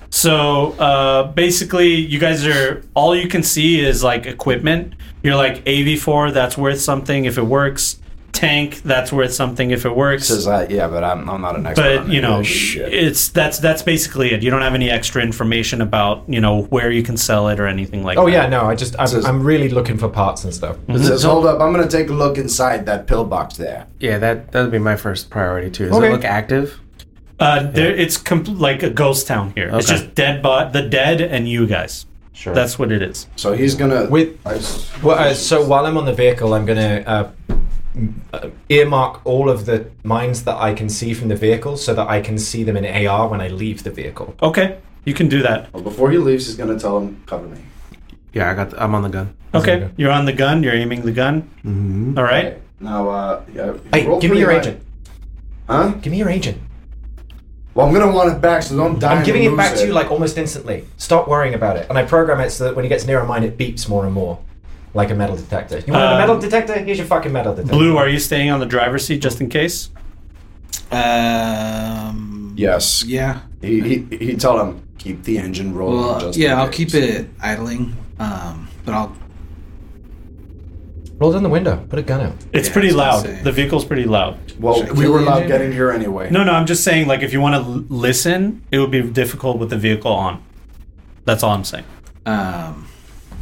So uh, basically, you guys are all you can see is like equipment. You're like AV4. That's worth something if it works. Tank. That's worth something if it works.
Says I. Yeah, but I'm, I'm not an expert.
but
on
you
it.
know,
Shit.
it's that's that's basically it. You don't have any extra information about you know where you can sell it or anything like.
Oh
that.
yeah, no, I just I'm,
Says-
I'm really looking for parts and stuff.
It says, hold up, I'm gonna take a look inside that pillbox there.
Yeah, that that would be my first priority too. Does
Okay.
it look active?
Uh, there, it's com- like a ghost town here. It's
Okay.
just dead, but the dead and you guys.
Sure.
That's what it is.
So he's gonna.
With
I s-
well, uh, so while I'm on the vehicle, I'm gonna uh, m- uh, earmark all of the
Oh,
mines that I can see from the vehicle, so that I can see them in AR when I leave the vehicle.
Okay. You can do that.
Well, before he leaves, he's gonna tell him, "Cover me."
Yeah, I got. The, I'm on the gun.
Okay, you're on the gun. You're aiming the gun.
Mm-hmm.
All right.
Now, uh, yeah,
Hey,
roll
give me
pretty
your
high.
agent.
Huh?
Give me your agent.
Well, I'm gonna want it back, so don't die.
I'm
and
giving it
lose
back to you like almost instantly. Stop worrying about it. And I program it so that when he gets nearer mine, it beeps more and more, like a metal detector. You want
Um,
a metal detector? Here's your fucking metal detector.
Blue, are you staying on the driver's seat just in case?
Um.
Yes.
Yeah.
He, he he tell him keep the engine rolling.
Well,
just in
yeah, I'll
case."
keep it idling. Um, but I'll.
Roll down the window. Put a gun out.
It's
Yeah,
pretty
I was gonna
loud.
say.
The vehicle's pretty loud.
Well,
Should I
we
kill
were
the
not
engine?
getting here anyway.
No, no, I'm just saying, like, if you want to l- listen, it would be difficult with the vehicle on. That's all I'm saying.
Um.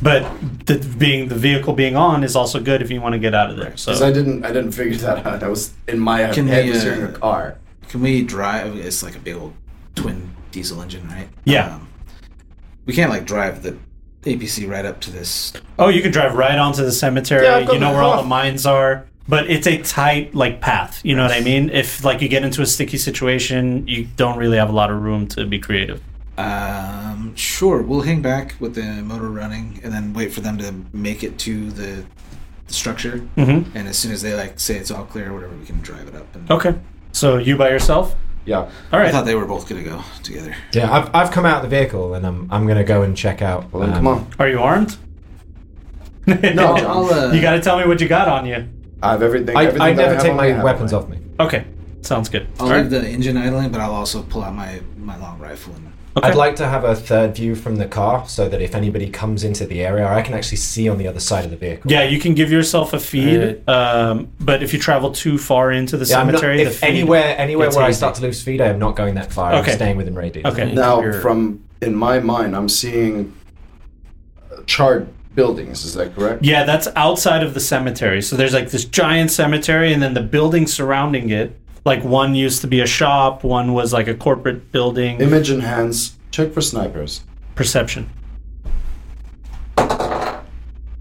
But the, being the vehicle being on is also good if you want to get out of there. So
because I didn't I didn't figure that out. I was in my
Can
head
we,
was
uh,
hearing a car.
Can we drive? It's like a big old twin diesel engine, right?
Yeah.
Um, we can't like drive the APC right up to this.
Oh, you can drive right onto the cemetery.
Yeah, I've got
you know
my
where all
car.
the mines are. But it's a tight like path. You know what I mean? If like you get into a sticky situation, you don't really have a lot of room to be creative.
Um. Sure, we'll hang back with the motor running, and then wait for them to make it to the, the structure.
Mm-hmm.
And as soon as they like say it's all clear or whatever, we can drive it up.
Oh.
And
Okay. So you by yourself?
Yeah.
All
I
right.
thought they were both gonna go together.
Yeah, I've, I've come out of the vehicle and I'm, I'm going to go and check out.
Well, then
um,
come on.
Are you armed?
No,
I'll, I'll, uh,
you got to tell me what you got on you.
I have everything.
I,
everything
I
that
never
have
take
on me, I
my
have.
weapons off me.
Okay. Sounds good.
I'll
All right.
leave the engine idling, but I'll also pull out my my long rifle and
Okay.
I'd like to have a third view from the car so that if anybody comes into the area, I can actually see on the other side of the vehicle.
Yeah, you can give yourself a feed, um, but if you travel too far into the
Yeah, I'm not-
cemetery, the
if
feed,
anywhere, anywhere
gets
where I
hazy.
start to lose feed, I am not going that far.
Okay.
I'm staying within radius.
Okay.
Now,
Your-
from in my mind, I'm seeing uh, charred buildings. Is that correct?
Yeah, that's outside of the cemetery. So there's like this giant cemetery, and then the buildings surrounding it. Like one used to be a shop, one was like a corporate building.
Image and hands. Check for snipers.
Perception.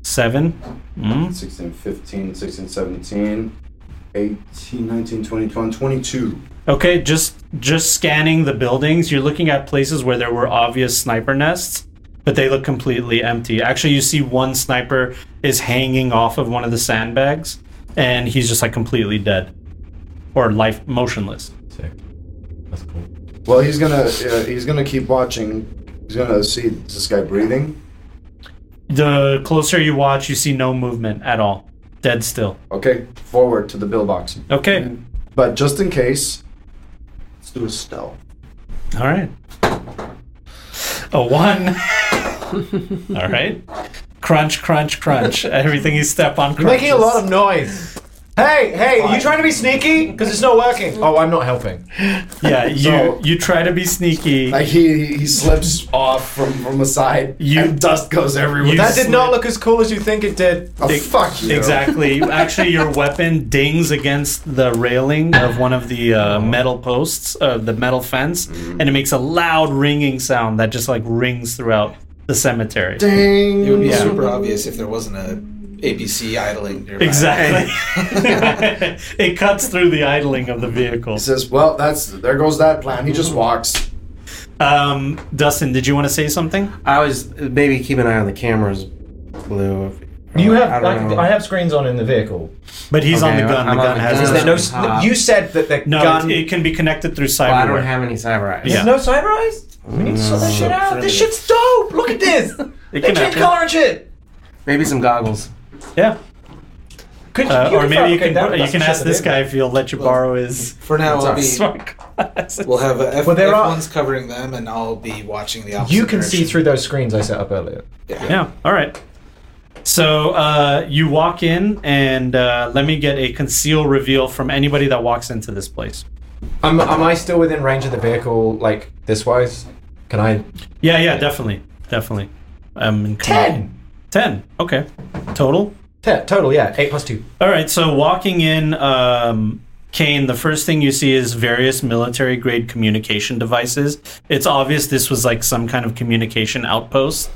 Seven. Mm.
16, 15, 16, 17, 18, 19, 20, 21, 22.
Okay, just just scanning the buildings, you're looking at places where there were obvious sniper nests, but they look completely empty. Actually, you see one sniper is hanging off of one of the sandbags, and he's just like completely dead, or life motionless.
Sick. That's cool.
Well, he's gonna uh, he's gonna keep watching. He's gonna see is this guy breathing.
The closer you watch, you see no movement at all, dead still.
Okay, forward to the bill box.
Okay,
Mm.
But just in case, let's do a stealth.
all right. A one. all right. Crunch, crunch, crunch. Everything you step on.
You're making a
crunches.
lot of noise. Hey, hey, are you trying to be sneaky? Because it's not working. Oh, I'm not helping.
Yeah, you
So-
you try to be sneaky.
Like he he slips off from from the side.
You-
and dust goes everywhere.
you-
That did not look as cool as you think it did.
oh, fuck you.
Exactly. Actually, your weapon dings against the railing of one of the
Oh.
uh, metal posts of the metal fence,
Mm-hmm.
and it makes a loud ringing sound that just like rings throughout the cemetery.
Ding.
It would be
Yeah.
super obvious if there wasn't a APC idling nearby.
Exactly. it cuts through the idling of the vehicle.
He says, "Well, that's there goes that plan." He just walks.
Um, Dustin, did you want to say something?
I was maybe keep an eye on the cameras, Blue. if-
You
I
have,
don't
I,
know.
I have screens on in the vehicle.
But he's on
Okay,
the gun.
I'm
the
on
gun
the
has.
gun.
Is
his-
there no?
Uh,
you said that the
No,
gun.
it, it can be connected through cyberware.
Well, I don't have any cyber eyes.
Yeah.
There's no cyber eyes. We need to sort that shit out. This shit's dope. Look at this. they
can
change
happen.
color and shit.
Maybe some goggles.
yeah.
Could,
Uh, or maybe you
fabricate
can
that with
you
us
can
and shit
ask
it
this
in.
guy if he'll let you borrow his
For now, I'll be,
smart glasses.
we'll have a F,
Well, there are-
F1's covering them, and I'll be watching the opposite
You can see
direction.
through those screens I set up earlier.
Yeah. All right. So uh, you walk in, and uh, let me get a conceal reveal from anybody that walks into this place.
Am, am I still within range of the vehicle, like this wise? Can I?
Yeah, yeah, definitely, definitely. Um, in command.
Ten.
Ten. Okay. Total.
Ten total, yeah. Eight plus two.
All right. So walking in, um, Kane, the first thing you see is various military grade communication devices. It's obvious this was like some kind of communication outpost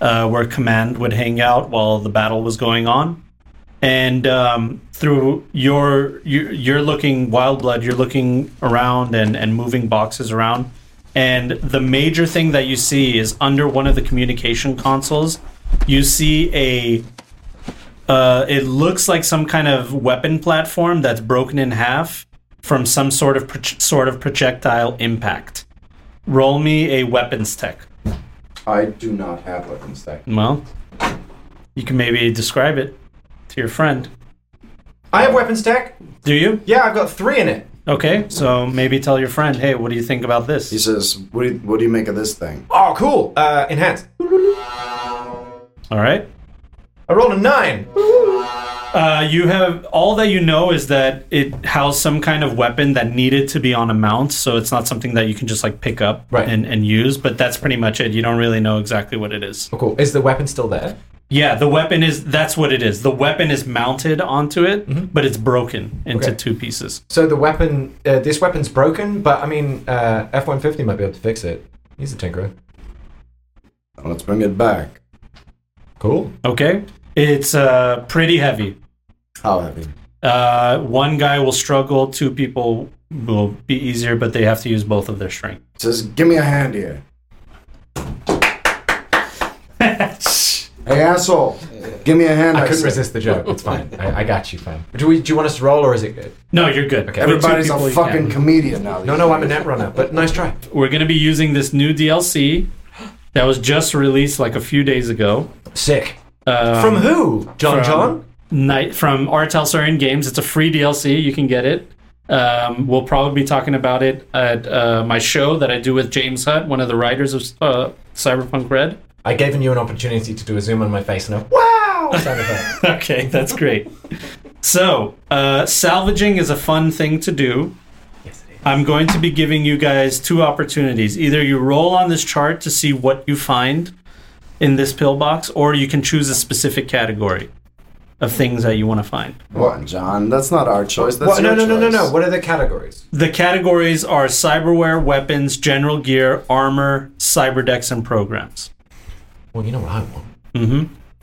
uh, where command would hang out while the battle was going on. And um, through your, your you're looking wild blood, you're looking around and and moving boxes around. And the major thing that you see is under one of the communication consoles, you see a. Uh, it looks like some kind of weapon platform that's broken in half from some sort of pro- sort of projectile impact. Roll me a weapons tech.
I do not have weapons tech.
Well, you can maybe describe it to your friend.
I have weapons tech.
Do you?
Yeah, I've got three in it.
Okay, so maybe tell your friend, hey, what do you think about this?
He says, "What do you, what do you make of this thing?"
Oh, cool. Uh, enhance.
All right.
I rolled a nine.
Uh, you have all that you know is that it housed some kind of weapon that needed to be on a mount, so it's not something that you can just like pick up
Right.
and, and use. But that's pretty much it. You don't really know exactly what it is.
Oh, cool. Is the weapon still there?
Yeah, the weapon is that's what it is. The weapon is mounted onto it,
Mm-hmm.
but it's broken into
Okay.
two pieces.
So the weapon, uh, this weapon's broken, but I mean, uh, F one fifty might be able to fix it. He's a tinkerer.
Let's bring it back.
Cool.
Okay, it's uh, pretty heavy.
How heavy?
Uh, one guy will struggle. Two people will be easier, but they have to use both of their strength.
He says, "Give me a hand here." hey asshole, give me a hand.
I couldn't
said.
resist the joke. It's fine. I, I got you, fam. Do we? Do you want us to roll, or is it good?
No, you're good.
Okay.
With two
Everybody's
people,
a
you can.
fucking comedian now.
No, no, I'm a net runner, but nice try.
We're gonna be using this new DLC that was just released like a few days ago.
Sick.
Um,
From who?
from-
John John?
Night from Artel Sarian Games. It's a free DLC. You can get it. Um, we'll probably be talking about it at uh, my show that I do with James Hutt, one of the writers of uh, Cyberpunk Red.
I gave you an opportunity to do a zoom on my face and a wow sound effect.
okay, that's great. So, uh, salvaging is a fun thing to do. I'm going to be giving you guys two opportunities. Either you roll on this chart to see what you find in this pillbox, or you can choose a specific category of things that you want to find.
What, John? That's not our choice. That's
What? No,
your
no, no, no,
choice.
no. What are the categories?
The categories are cyberware, weapons, general gear, armor, cyberdecks, and programs.
Well, you know what I want.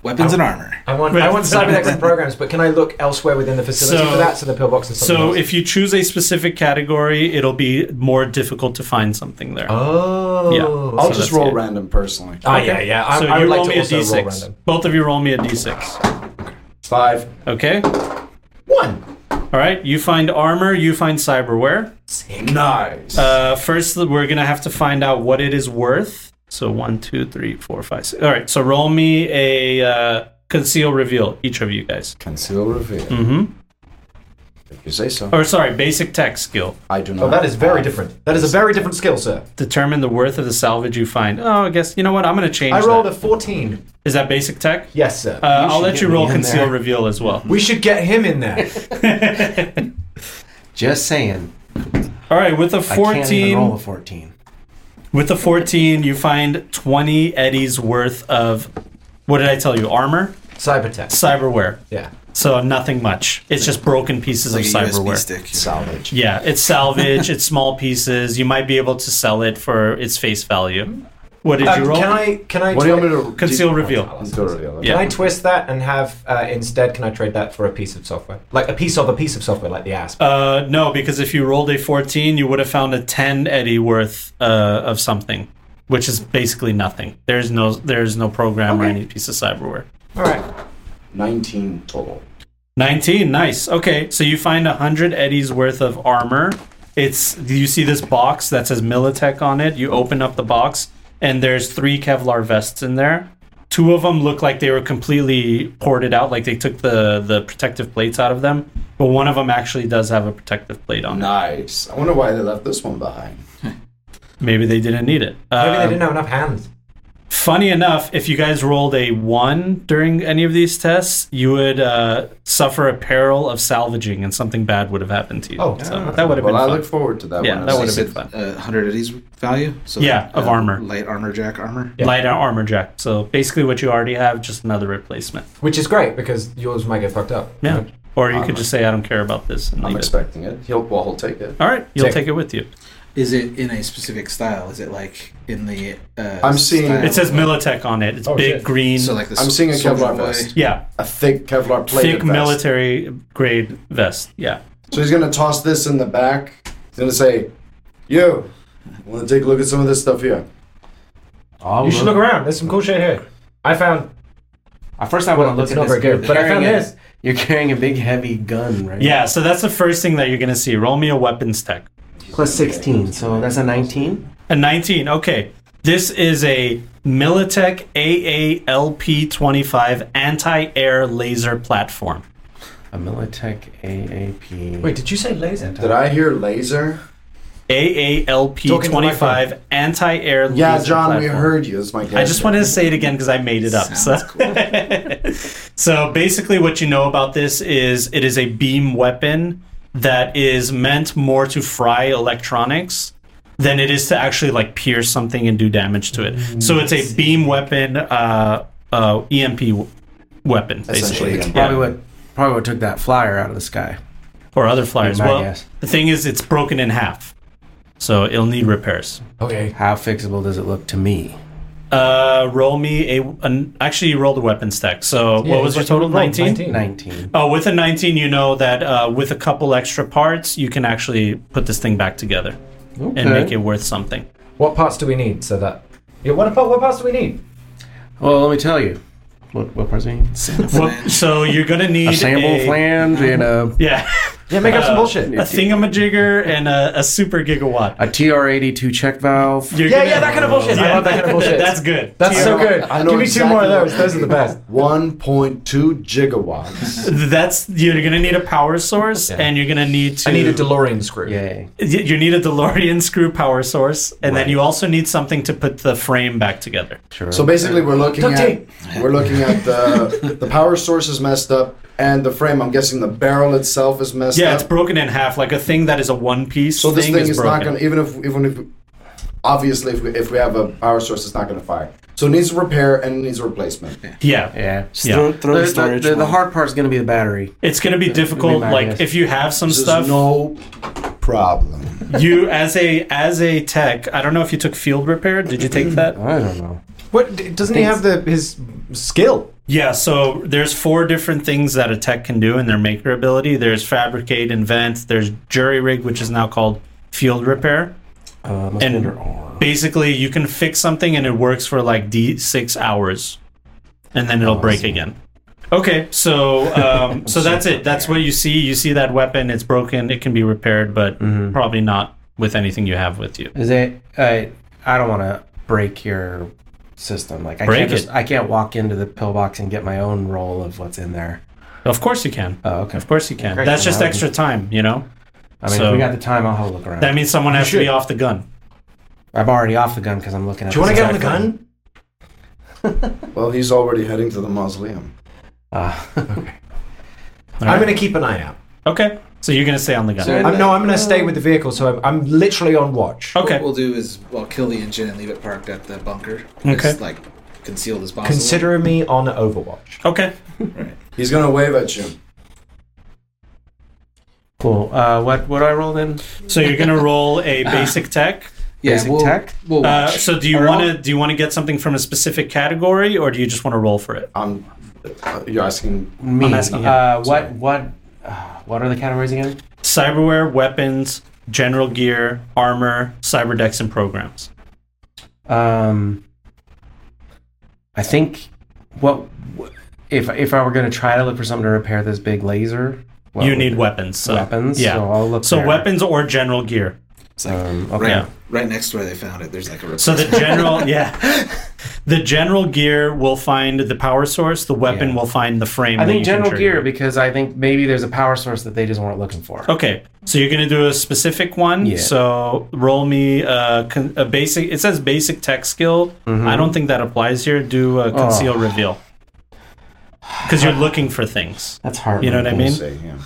Weapons and armor.
I want I
Right.
want cyberdex and programs, but can I look elsewhere within the facility
So-
for that? So the pillbox is something
So,
else.
if you choose a specific category, it'll be more difficult to find something there.
oh
Yeah.
I'll
So
just
that's
roll
it.
random personally.
Ah, yeah, yeah. I,
so
I
you
would like
roll
to
me a
also roll
d6.
random.
Both of you roll me a d6.
Five.
Okay.
One.
All right. You find armor. You find cyberware.
Nice.
Uh, first, we're gonna have to find out what it is worth. So one, two, three, four, five, six. All right. So roll me a uh, conceal reveal. Each of you guys.
Conceal reveal.
Mm-hmm.
If you say so.
Or sorry, basic tech skill.
I do not.
Oh, that is very
have-
different. That is a very different skill, sir.
Determine the worth of the salvage you find. Oh, I guess you know what. I'm gonna change.
I rolled
that.
a fourteen.
Is that basic tech?
Yes, sir.
Uh, I'll
should
let
get
you
me
roll
in
conceal
there.
reveal as well.
we should get him in there.
Just saying.
All right, with a
I can't even roll
fourteen,
a 14.
with a fourteen, you find twenty eddies worth of what did I tell you? Armor,
Cybertech.
cyberware.
Yeah.
So nothing much. It's just broken pieces
Like a
of
USB
cyberware.
stick.
Salvage.
Yeah, it's salvage. it's small pieces. You might be able to sell it for its face value. What did
Um,
you roll?
can I? Can I?
What do you
twi-
want me to
Conceal reveal.
Conceal reveal. okay.
Yeah.
Can I twist that and have uh, instead? Can I trade that for a piece of software, like a piece of a piece of software, like the asp?
Uh, no, because if you rolled a fourteen, you would have found a ten eddy worth uh, of something, which is basically nothing. There's no there's no program or any piece of cyberware.
All right.
Nineteen total.
19 nice okay so you find 100 eddies worth of armor it's you see this box that says militech on it you open up the box and there's three kevlar vests in there two of them look like they were completely ported out like they took the the protective plates out of them but one of them actually does have a protective plate on it
Nice. I wonder why they left this one behind.
maybe they didn't need it
Maybe they
Um,
didn't have enough hands.
Funny enough, if you guys rolled a one during any of these tests, you would uh, suffer a peril of salvaging, and something bad would have happened to you.
Oh.
so that would have
well,
been
I
fun.
look forward to that
Yeah,
one.
that
It's
would have
just-
been fun.
Uh, 100 eddies value. So
Yeah, of
uh,
armor.
Light armor jack armor.
Light out armor jack. So basically, what you already have, just another replacement.
Which is great because yours might get fucked up.
Yeah. Or you could just say, "I don't care about this," and
I'm
leave it.
expecting it. He'll well, he'll take it.
All right, you'll
Take-
take it with you.
Is it in a specific style? Is it like in the? Uh,
I'm seeing-
style
It says
of-
Militech on it. It's
Oh,
big
shit.
green.
So like the
I'm
s-
seeing a
soldier
Kevlar
boy.
vest.
yeah,
A thick Kevlar plate.
thick military grade vest. Yeah.
So he's gonna toss this in the back. He's gonna say, "You, Want to take a look at some of this stuff here?
I'll
You should look around. There's some cool shit here. I found.
At first, I want to look
it's
at
not
this,
very good,
you're
but I found
carrying a-
this.
You're carrying a big, heavy gun, right?
Yeah, so that's the first thing that you're going to see. Roll me a weapons tech.
Plus 16, so that's a 19.
A 19. Okay. This is a Militech AALP 25 anti air laser platform.
A Militech AAP.
Wait, did you say laser?
Did I hear laser?
AALP
Talking to my phone.
25 anti air laser
Yeah, John, we
platform.
heard you. That's my guess.
I just wanted to say it again because I made it up. So. so basically, what you know about this is it is a beam weapon that is meant more to fry electronics than it is to actually like pierce something and do damage to
Mm.
it. So it's a beam weapon, uh, uh, EMP w- weapon,
Essentially,
basically,
yeah.
Probably what probably what took that flyer out of the sky.
or other flyers.
my
Well,
guess.
the thing is, it's broken in half, so it'll need repairs.
Okay.
How fixable does it look to me?
Uh, roll me a an, actually you rolled a weapon stack. So what was your total? Nineteen.
19.
Oh, with a 19, you know that uh, with a couple extra parts, you can actually put this thing back together and make it worth something.
What parts do we need so that? Yeah. What part? What parts do we need?
Well, let me tell you. What, what parts mean?
Well, so you're gonna need
A sample
a-
flange and a,
yeah,
Yeah, make up some
Uh,
bullshit.
a thingamajigger and a, a super gigawatt.
a TR-82 check valve.
You're
yeah,
gonna-
yeah, that kind of bullshit. I
Yeah.
love that kind of bullshit.
That's good.
That's so
I know-
good.
I know
Give me two more of
exactly
those.
what-
Those are the best.
1.2 gigawatts.
That's you're gonna need a power source, and you're gonna need to
I need a DeLorean screw.
Yay.
y- you need a DeLorean screw power source, and then you also need something to put the frame back together.
Sure.
so basically, we're looking
Duct
at
tape.
we're looking at the the power source is messed up and the frame. I'm guessing the barrel itself is messed
Yeah,
up.
it's broken in half, like a thing that is a one piece.
so this thing, is,
broken.
not gonna even if even if obviously if we, if we have a power source, it's not gonna fire. So it needs repair and it needs replacement.
Yeah.
yeah.
Just
Yeah.
throw, throw
The,
the,
the,
storage.
the, the
one.
hard part's going to be the battery.
It's gonna be difficult.
my
Like
guess.
if you have some
There's
stuff,
no problem.
you as a as a tech. I don't know if you took field repair. Did you take that?
I don't know.
What d- doesn't he have the his skill?
Yeah. So there's four different things that a tech can do in their maker ability. There's fabricate, invent. There's jury rig, which is now called field repair.
Uh, must
And-
be under R.
Basically, you can fix something and it works for like d six hours, and then
Oh,
it'll break again. Okay, so um, so that's it. That's what you see. You see that weapon. It's broken. It can be repaired, but
Mm-hmm.
probably not with anything you have with you.
Is it? I I don't want to break your system. Like I
Break
can't just
it.
I can't walk into the pillbox and get my own roll of what's in there.
Of course you can.
Oh, okay.
Of course you can.
Great.
That's just
Wow.
extra time, you know?
I mean,
So-
if we got the time, I'll have a look around.
That means someone has to be
should.
off the gun.
I'm already off the gun because I'm looking at.
Do you want to
this
get on the
exact thing.
gun?
Well, he's already heading to the mausoleum.
Ah.
I'm going to keep an eye out.
Okay. So you're going to stay on the gun.
So-
I'm, no, I'm going to stay with the vehicle, so I'm, I'm literally on watch.
okay.
What we'll do is we'll kill the engine and leave it parked at the bunker. It's,
Okay.
like concealed as possible.
Consider me on Overwatch.
Okay.
He's gonna wave at you.
cool. Uh, what what do I roll then?
So you're going to roll a basic tech.
yeah,
basic
we'll,
tech?
We'll
Uh,
watch.
so do you
I
want to
roll?
do you want to get something from a specific category or do you just want to roll for it?
I'm. Uh, you're asking.
Me.
asking him.
Uh, what what uh, what are the categories again?
Cyberware, weapons, general gear, armor, cyber decks and programs.
Um, I think what if if I were going to try to look for something to repair this big laser, what
you
would-
need weapons. So.
weapons.
Yeah.
So I'll look.
So
there.
weapons or general gear.
It's like
Um, okay.
Yeah.
right next to where they found it. There's like a
So the general, yeah, the general gear will find the power source. The weapon
Yeah.
will find the frame.
I
that
think
you can
general
trigger.
gear because I think maybe there's a power source that they just weren't looking for.
Okay, so you're gonna do a specific one.
Yeah.
So roll me a, con- a basic. It says basic tech skill.
Mm-hmm.
I don't think that applies here. Do a conceal
Oh.
reveal because you're looking for things.
That's hard.
You know what I mean?
Say him.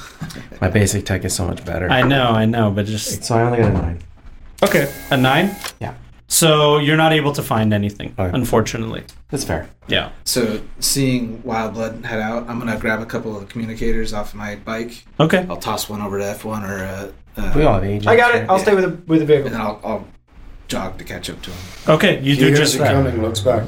My basic tech is so much better.
I know, I know, but just
so I only got a nine.
okay. A nine.
Yeah.
So you're not able to find anything,
Okay.
unfortunately.
That's fair.
Yeah.
So seeing Wild Blood head out, I'm gonna grab a couple of communicators off my bike.
Okay.
I'll toss one over to F1 or uh,
We
uh
all have agents.
I got it.
right?
I'll stay with the with the
and
vehicle.
then I'll, I'll jog to catch up to him.
Okay. You
He
do
hears
just
you
that.
coming. Looks back.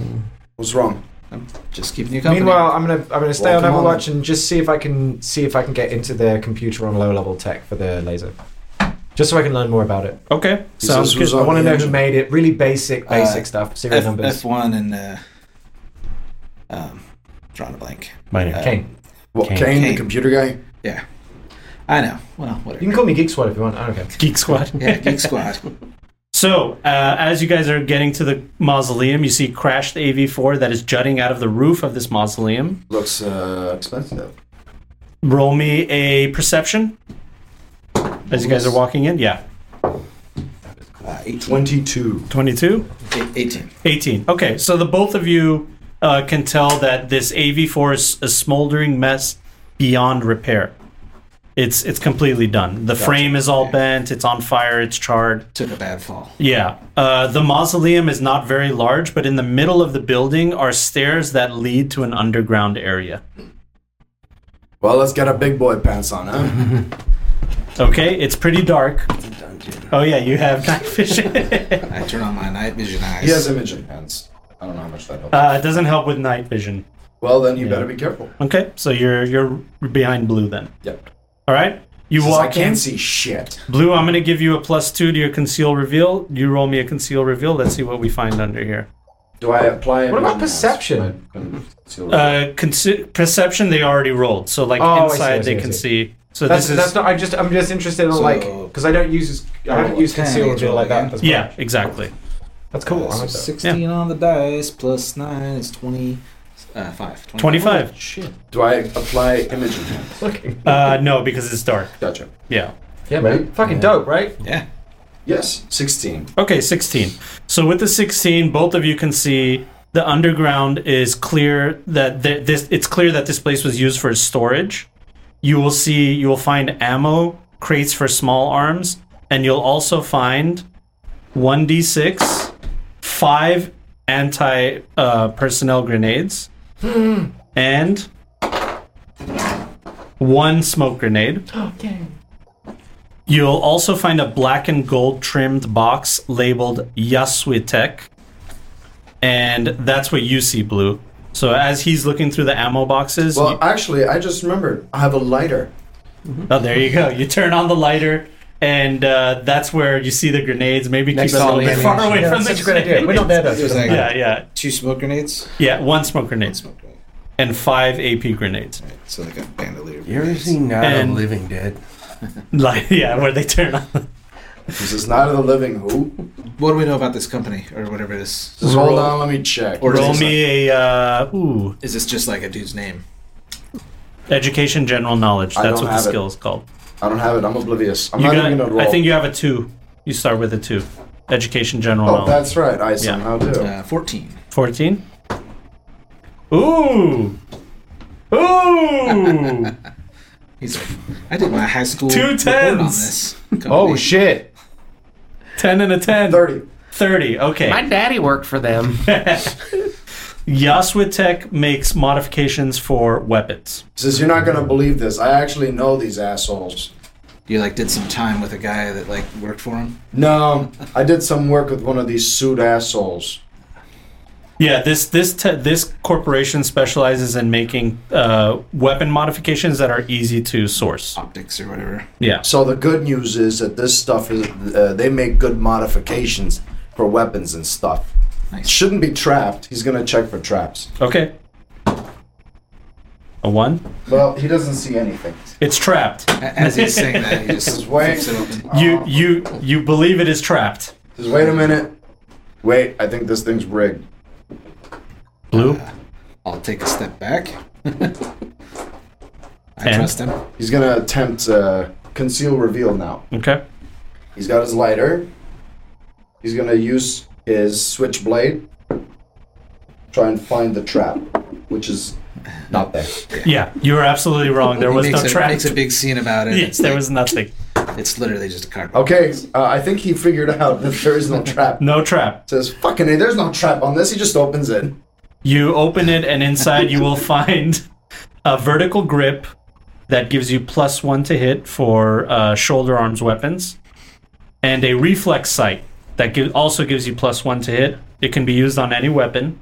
What's wrong?
I'm just keeping you company.
Meanwhile, I'm gonna I'm gonna stay
Welcome
on
on.
Overwatch and just see if I can see if I can get into their computer on low level tech for the laser. just so I can learn more about it.
Okay. Sounds
says
good.
who's
I
on
want to
the
know who
engine.
made it. Really basic, basic
Uh,
stuff. Serial
F,
numbers.
F1 and uh, um, drawing a blank.
My name.
Okay.
Well,
Kane.
Kane,
Kane.
the computer guy.
Yeah, I know. Well,
You
whatever.
can call me Geek Squad if you want. I don't care.
Geek Squad.
Yeah, Geek Squad.
So, uh, as you guys are getting to the mausoleum, you see crashed AV4 that is jutting out of the roof of this mausoleum.
Looks uh, expensive.
Roll me a perception. As you guys are walking in, yeah.
Uh, eight-
Twenty-two.
22?
eight- 18.
18. Okay, so the both of you uh, can tell that this AV4 is a smoldering mess beyond repair. It's it's completely done. The frame is all bent, it's on fire, it's charred.
Took a bad fall.
Yeah. Uh, the mausoleum is not very large, but in the middle of the building are stairs that lead to an underground area.
Well, let's get our big boy pants on, huh?
Okay, it's pretty dark. Oh, yeah, you have night vision. uh,
I turn on my night vision eyes.
he has imaging pants. I don't know how much that helps.
Uh, it doesn't help with night vision.
well, then you better be careful.
Okay, so you're you're behind blue then.
Yep.
All right, you
Since I
walk in.
can't see shit.
Blue, I'm gonna give you a plus two to your conceal reveal. You roll me a conceal reveal. Let's see what we find under here.
Do I apply?
What about
imaging
perception?
pants?
Uh, conce- perception they already rolled, so like
Oh, I see, I
inside
see,
they
I
can
see.
see. So
That's,
this is
that's not. I just. I'm just interested in like because I don't use. I haven't
Oh,
used
ten
conceal reveal
is
like that.
really
as
yeah,
much.
exactly.
That's cool. I
So
like that.
16 on the dice plus 9 is 20. Uh, five.
25.
Oh, Shit.
Do I apply imaging pants?
Looking.
Uh, no, because it's dark.
Gotcha.
Yeah.
Yeah, man. Fucking dope, right?
Yeah.
Yes, sixteen.
Okay, 16. So with the 16, both of you can see the underground is clear that th- this it's clear that this place was used for storage. You will see you will find ammo, crates for small arms, and you'll also find 1d6, 5 anti uh, personnel grenades, and one smoke grenade. You'll also find a black and gold trimmed box labeled Yasuitek. And that's what you see, Blue. So as he's looking through the ammo boxes,
Well,
you-
actually, I just remembered. I have a lighter.
oh, there you go. You turn on the lighter, and uh, that's where you see the grenades. Maybe
Next
keep it a
to all
little
the
bit far
ammunition.
away
Yeah,
from
that's
the
such a great idea. We're not
grenades.
there though.
There's like
Yeah, yeah,
two smoke grenades.
yeah. One smoke grenade
Smoke grenade.
and five AP grenades.
So like a bandolier.
You're seeing not
And-
a living dead.
Like yeah, where they turn on.
This is not of the living. Who?
What do we know about this company or whatever it is?
Just hold on, let me check.
Or-
Roll me a uh, ooh
Is this just like a dude's name?
education general knowledge.
I
That's what
don't
the
have it.
skill is called.
I don't have it. I'm oblivious. I'm
You
not
got,
even gonna roll.
I think you have a two. You start with a two. Education general
Oh,
knowledge.
that's right. I
Yeah.
somehow do.
Uh, 14.
14. Ooh. Ooh.
He's like, I did my high school
Two
report on
tens.
this. company."
Oh shit.
10 and a 10.
Thirty.
30. Okay.
My daddy worked for them.
Yaswitek makes modifications for weapons.
Says you're not gonna believe this. I actually know these assholes.
You like did some time with a guy that like worked for him.
No, I did some work with one of these suit assholes.
Yeah, this this te- this corporation specializes in making uh, weapon modifications that are easy to source.
Optics or whatever.
Yeah.
So the good news is that this stuff is uh, they make good modifications for weapons and stuff.
Nice.
Shouldn't be trapped. He's gonna check for traps.
Okay. A one.
Well, he doesn't see anything.
It's trapped.
A- As he's saying that, he just
Just wait.
flips it open.
You you you believe it is trapped.
Says wait a minute. Wait, I think this thing's rigged.
Blue.
I'll take a step back. I
And?
trust him.
He's gonna attempt uh, conceal reveal now.
Okay.
He's got his lighter. He's gonna use his switchblade. Try and find the trap, which is not there.
Yeah, you were absolutely wrong. There
He
was no
makes a,
trap.
Makes a big scene about it.
Yes,
it's,
there
like-
was nothing.
it's literally just a
Oh.
cardboard.
Okay, uh, I think he figured out that there is no trap.
No trap.
Says fucking, hey, there's no trap on this. He just opens it.
You open it, and inside you will find a vertical grip that gives you plus one to hit for uh, shoulder arms weapons, and a reflex sight that give, also gives you plus one to hit. It can be used on any weapon,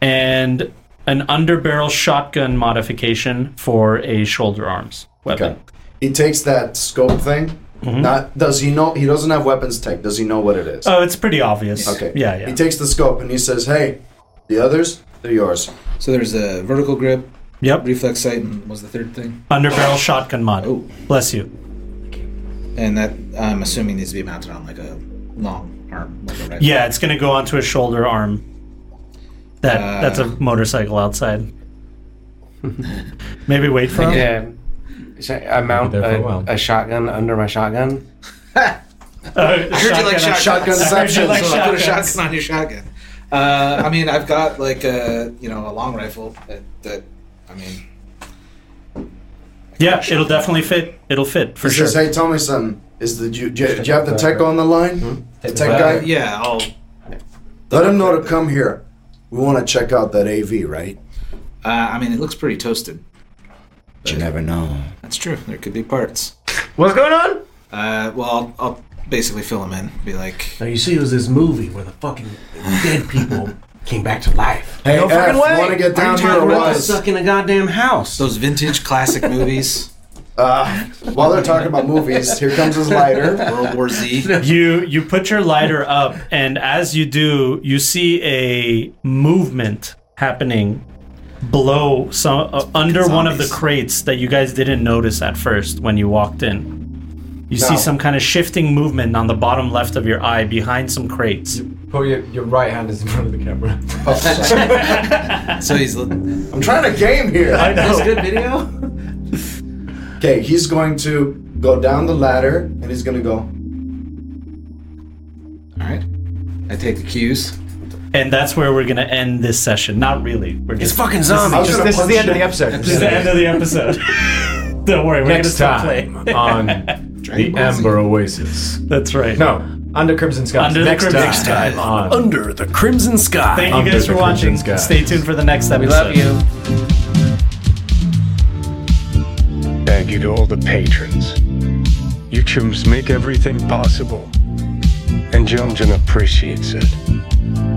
and an underbarrel shotgun modification for a shoulder arms weapon.
He takes that scope thing
Mm-hmm.
Not does he know? He doesn't have weapons tech. Does he know what it is?
Oh, it's pretty obvious.
okay.
Yeah, yeah.
He takes the scope and he says, "Hey, the others, they're yours."
So there's a vertical grip,
yep.
reflex sight, and what was the third thing?
Underbarrel shotgun mod.
Oh.
Bless you.
And that I'm assuming needs to be mounted on like a long arm. Like a rifle.
Yeah, it's gonna go onto his shoulder arm. That
Uh.
that's a motorcycle outside. Maybe wait for him.
Yeah. Should I I mount
Be there for a
a,
while.
a shotgun under my shotgun.
Uh,
I heard you like
shotgun.
shotguns.
you like
so I put a
shotguns.
shotgun on your shotgun. Uh, I mean, I've got like a you know a long rifle that, that I mean
Yeah, it'll definitely fit. It'll fit for
he
sure.
says, "Hey, tell me something. Is the do you, do you, do you have the tech on the line? The tech
back.
guy?
yeah I'll
Let him know to come here. We want to check out that AV, right?
uh, I mean it looks pretty toasted.
But you never know.
That's true. There could be parts.
What's going on?
Uh, well, I'll, I'll basically fill them in. Be like,
Now you see, it was this movie where the fucking dead people came back to life.
Hey, F, want to get down here or
We're
what?
stuck in a goddamn house.
those vintage classic movies,
Uh, while they're talking about movies, here comes his lighter.
World War Z.
you you put your lighter up and as you do you see a movement happening below some uh, under one of the
zombies.
crates that you guys didn't notice at first when you walked in you see
No.
some kind of shifting movement on the bottom left of your eye behind some crates
Put your, your right hand is in front of the camera.
Oh, sorry.
So he's
I'm trying to game here.
know.
Good video.
Okay, he's going to go down the ladder and he's going to go.
all right. I take the cues.
and that's where we're gonna end this session not really we're
It's
just
fucking
I was
zombies.
gonna
this is
punch
the end of
him.
the episode.
this is the end of the episode don't worry we're
Next
gonna
time
still play
on the
Ball Z.
Amber Oasis.
that's right
No, Under Crimson Oh, Skies.
Under the
next,
Crimson
time
Next time
on
Under the crimson sky.
thank you
Under
guys
the
for watching
Crimson Sky.
stay tuned for the next episode
We love you.
Thank you to all the patrons. You chums make everything possible, and Jojen appreciates it.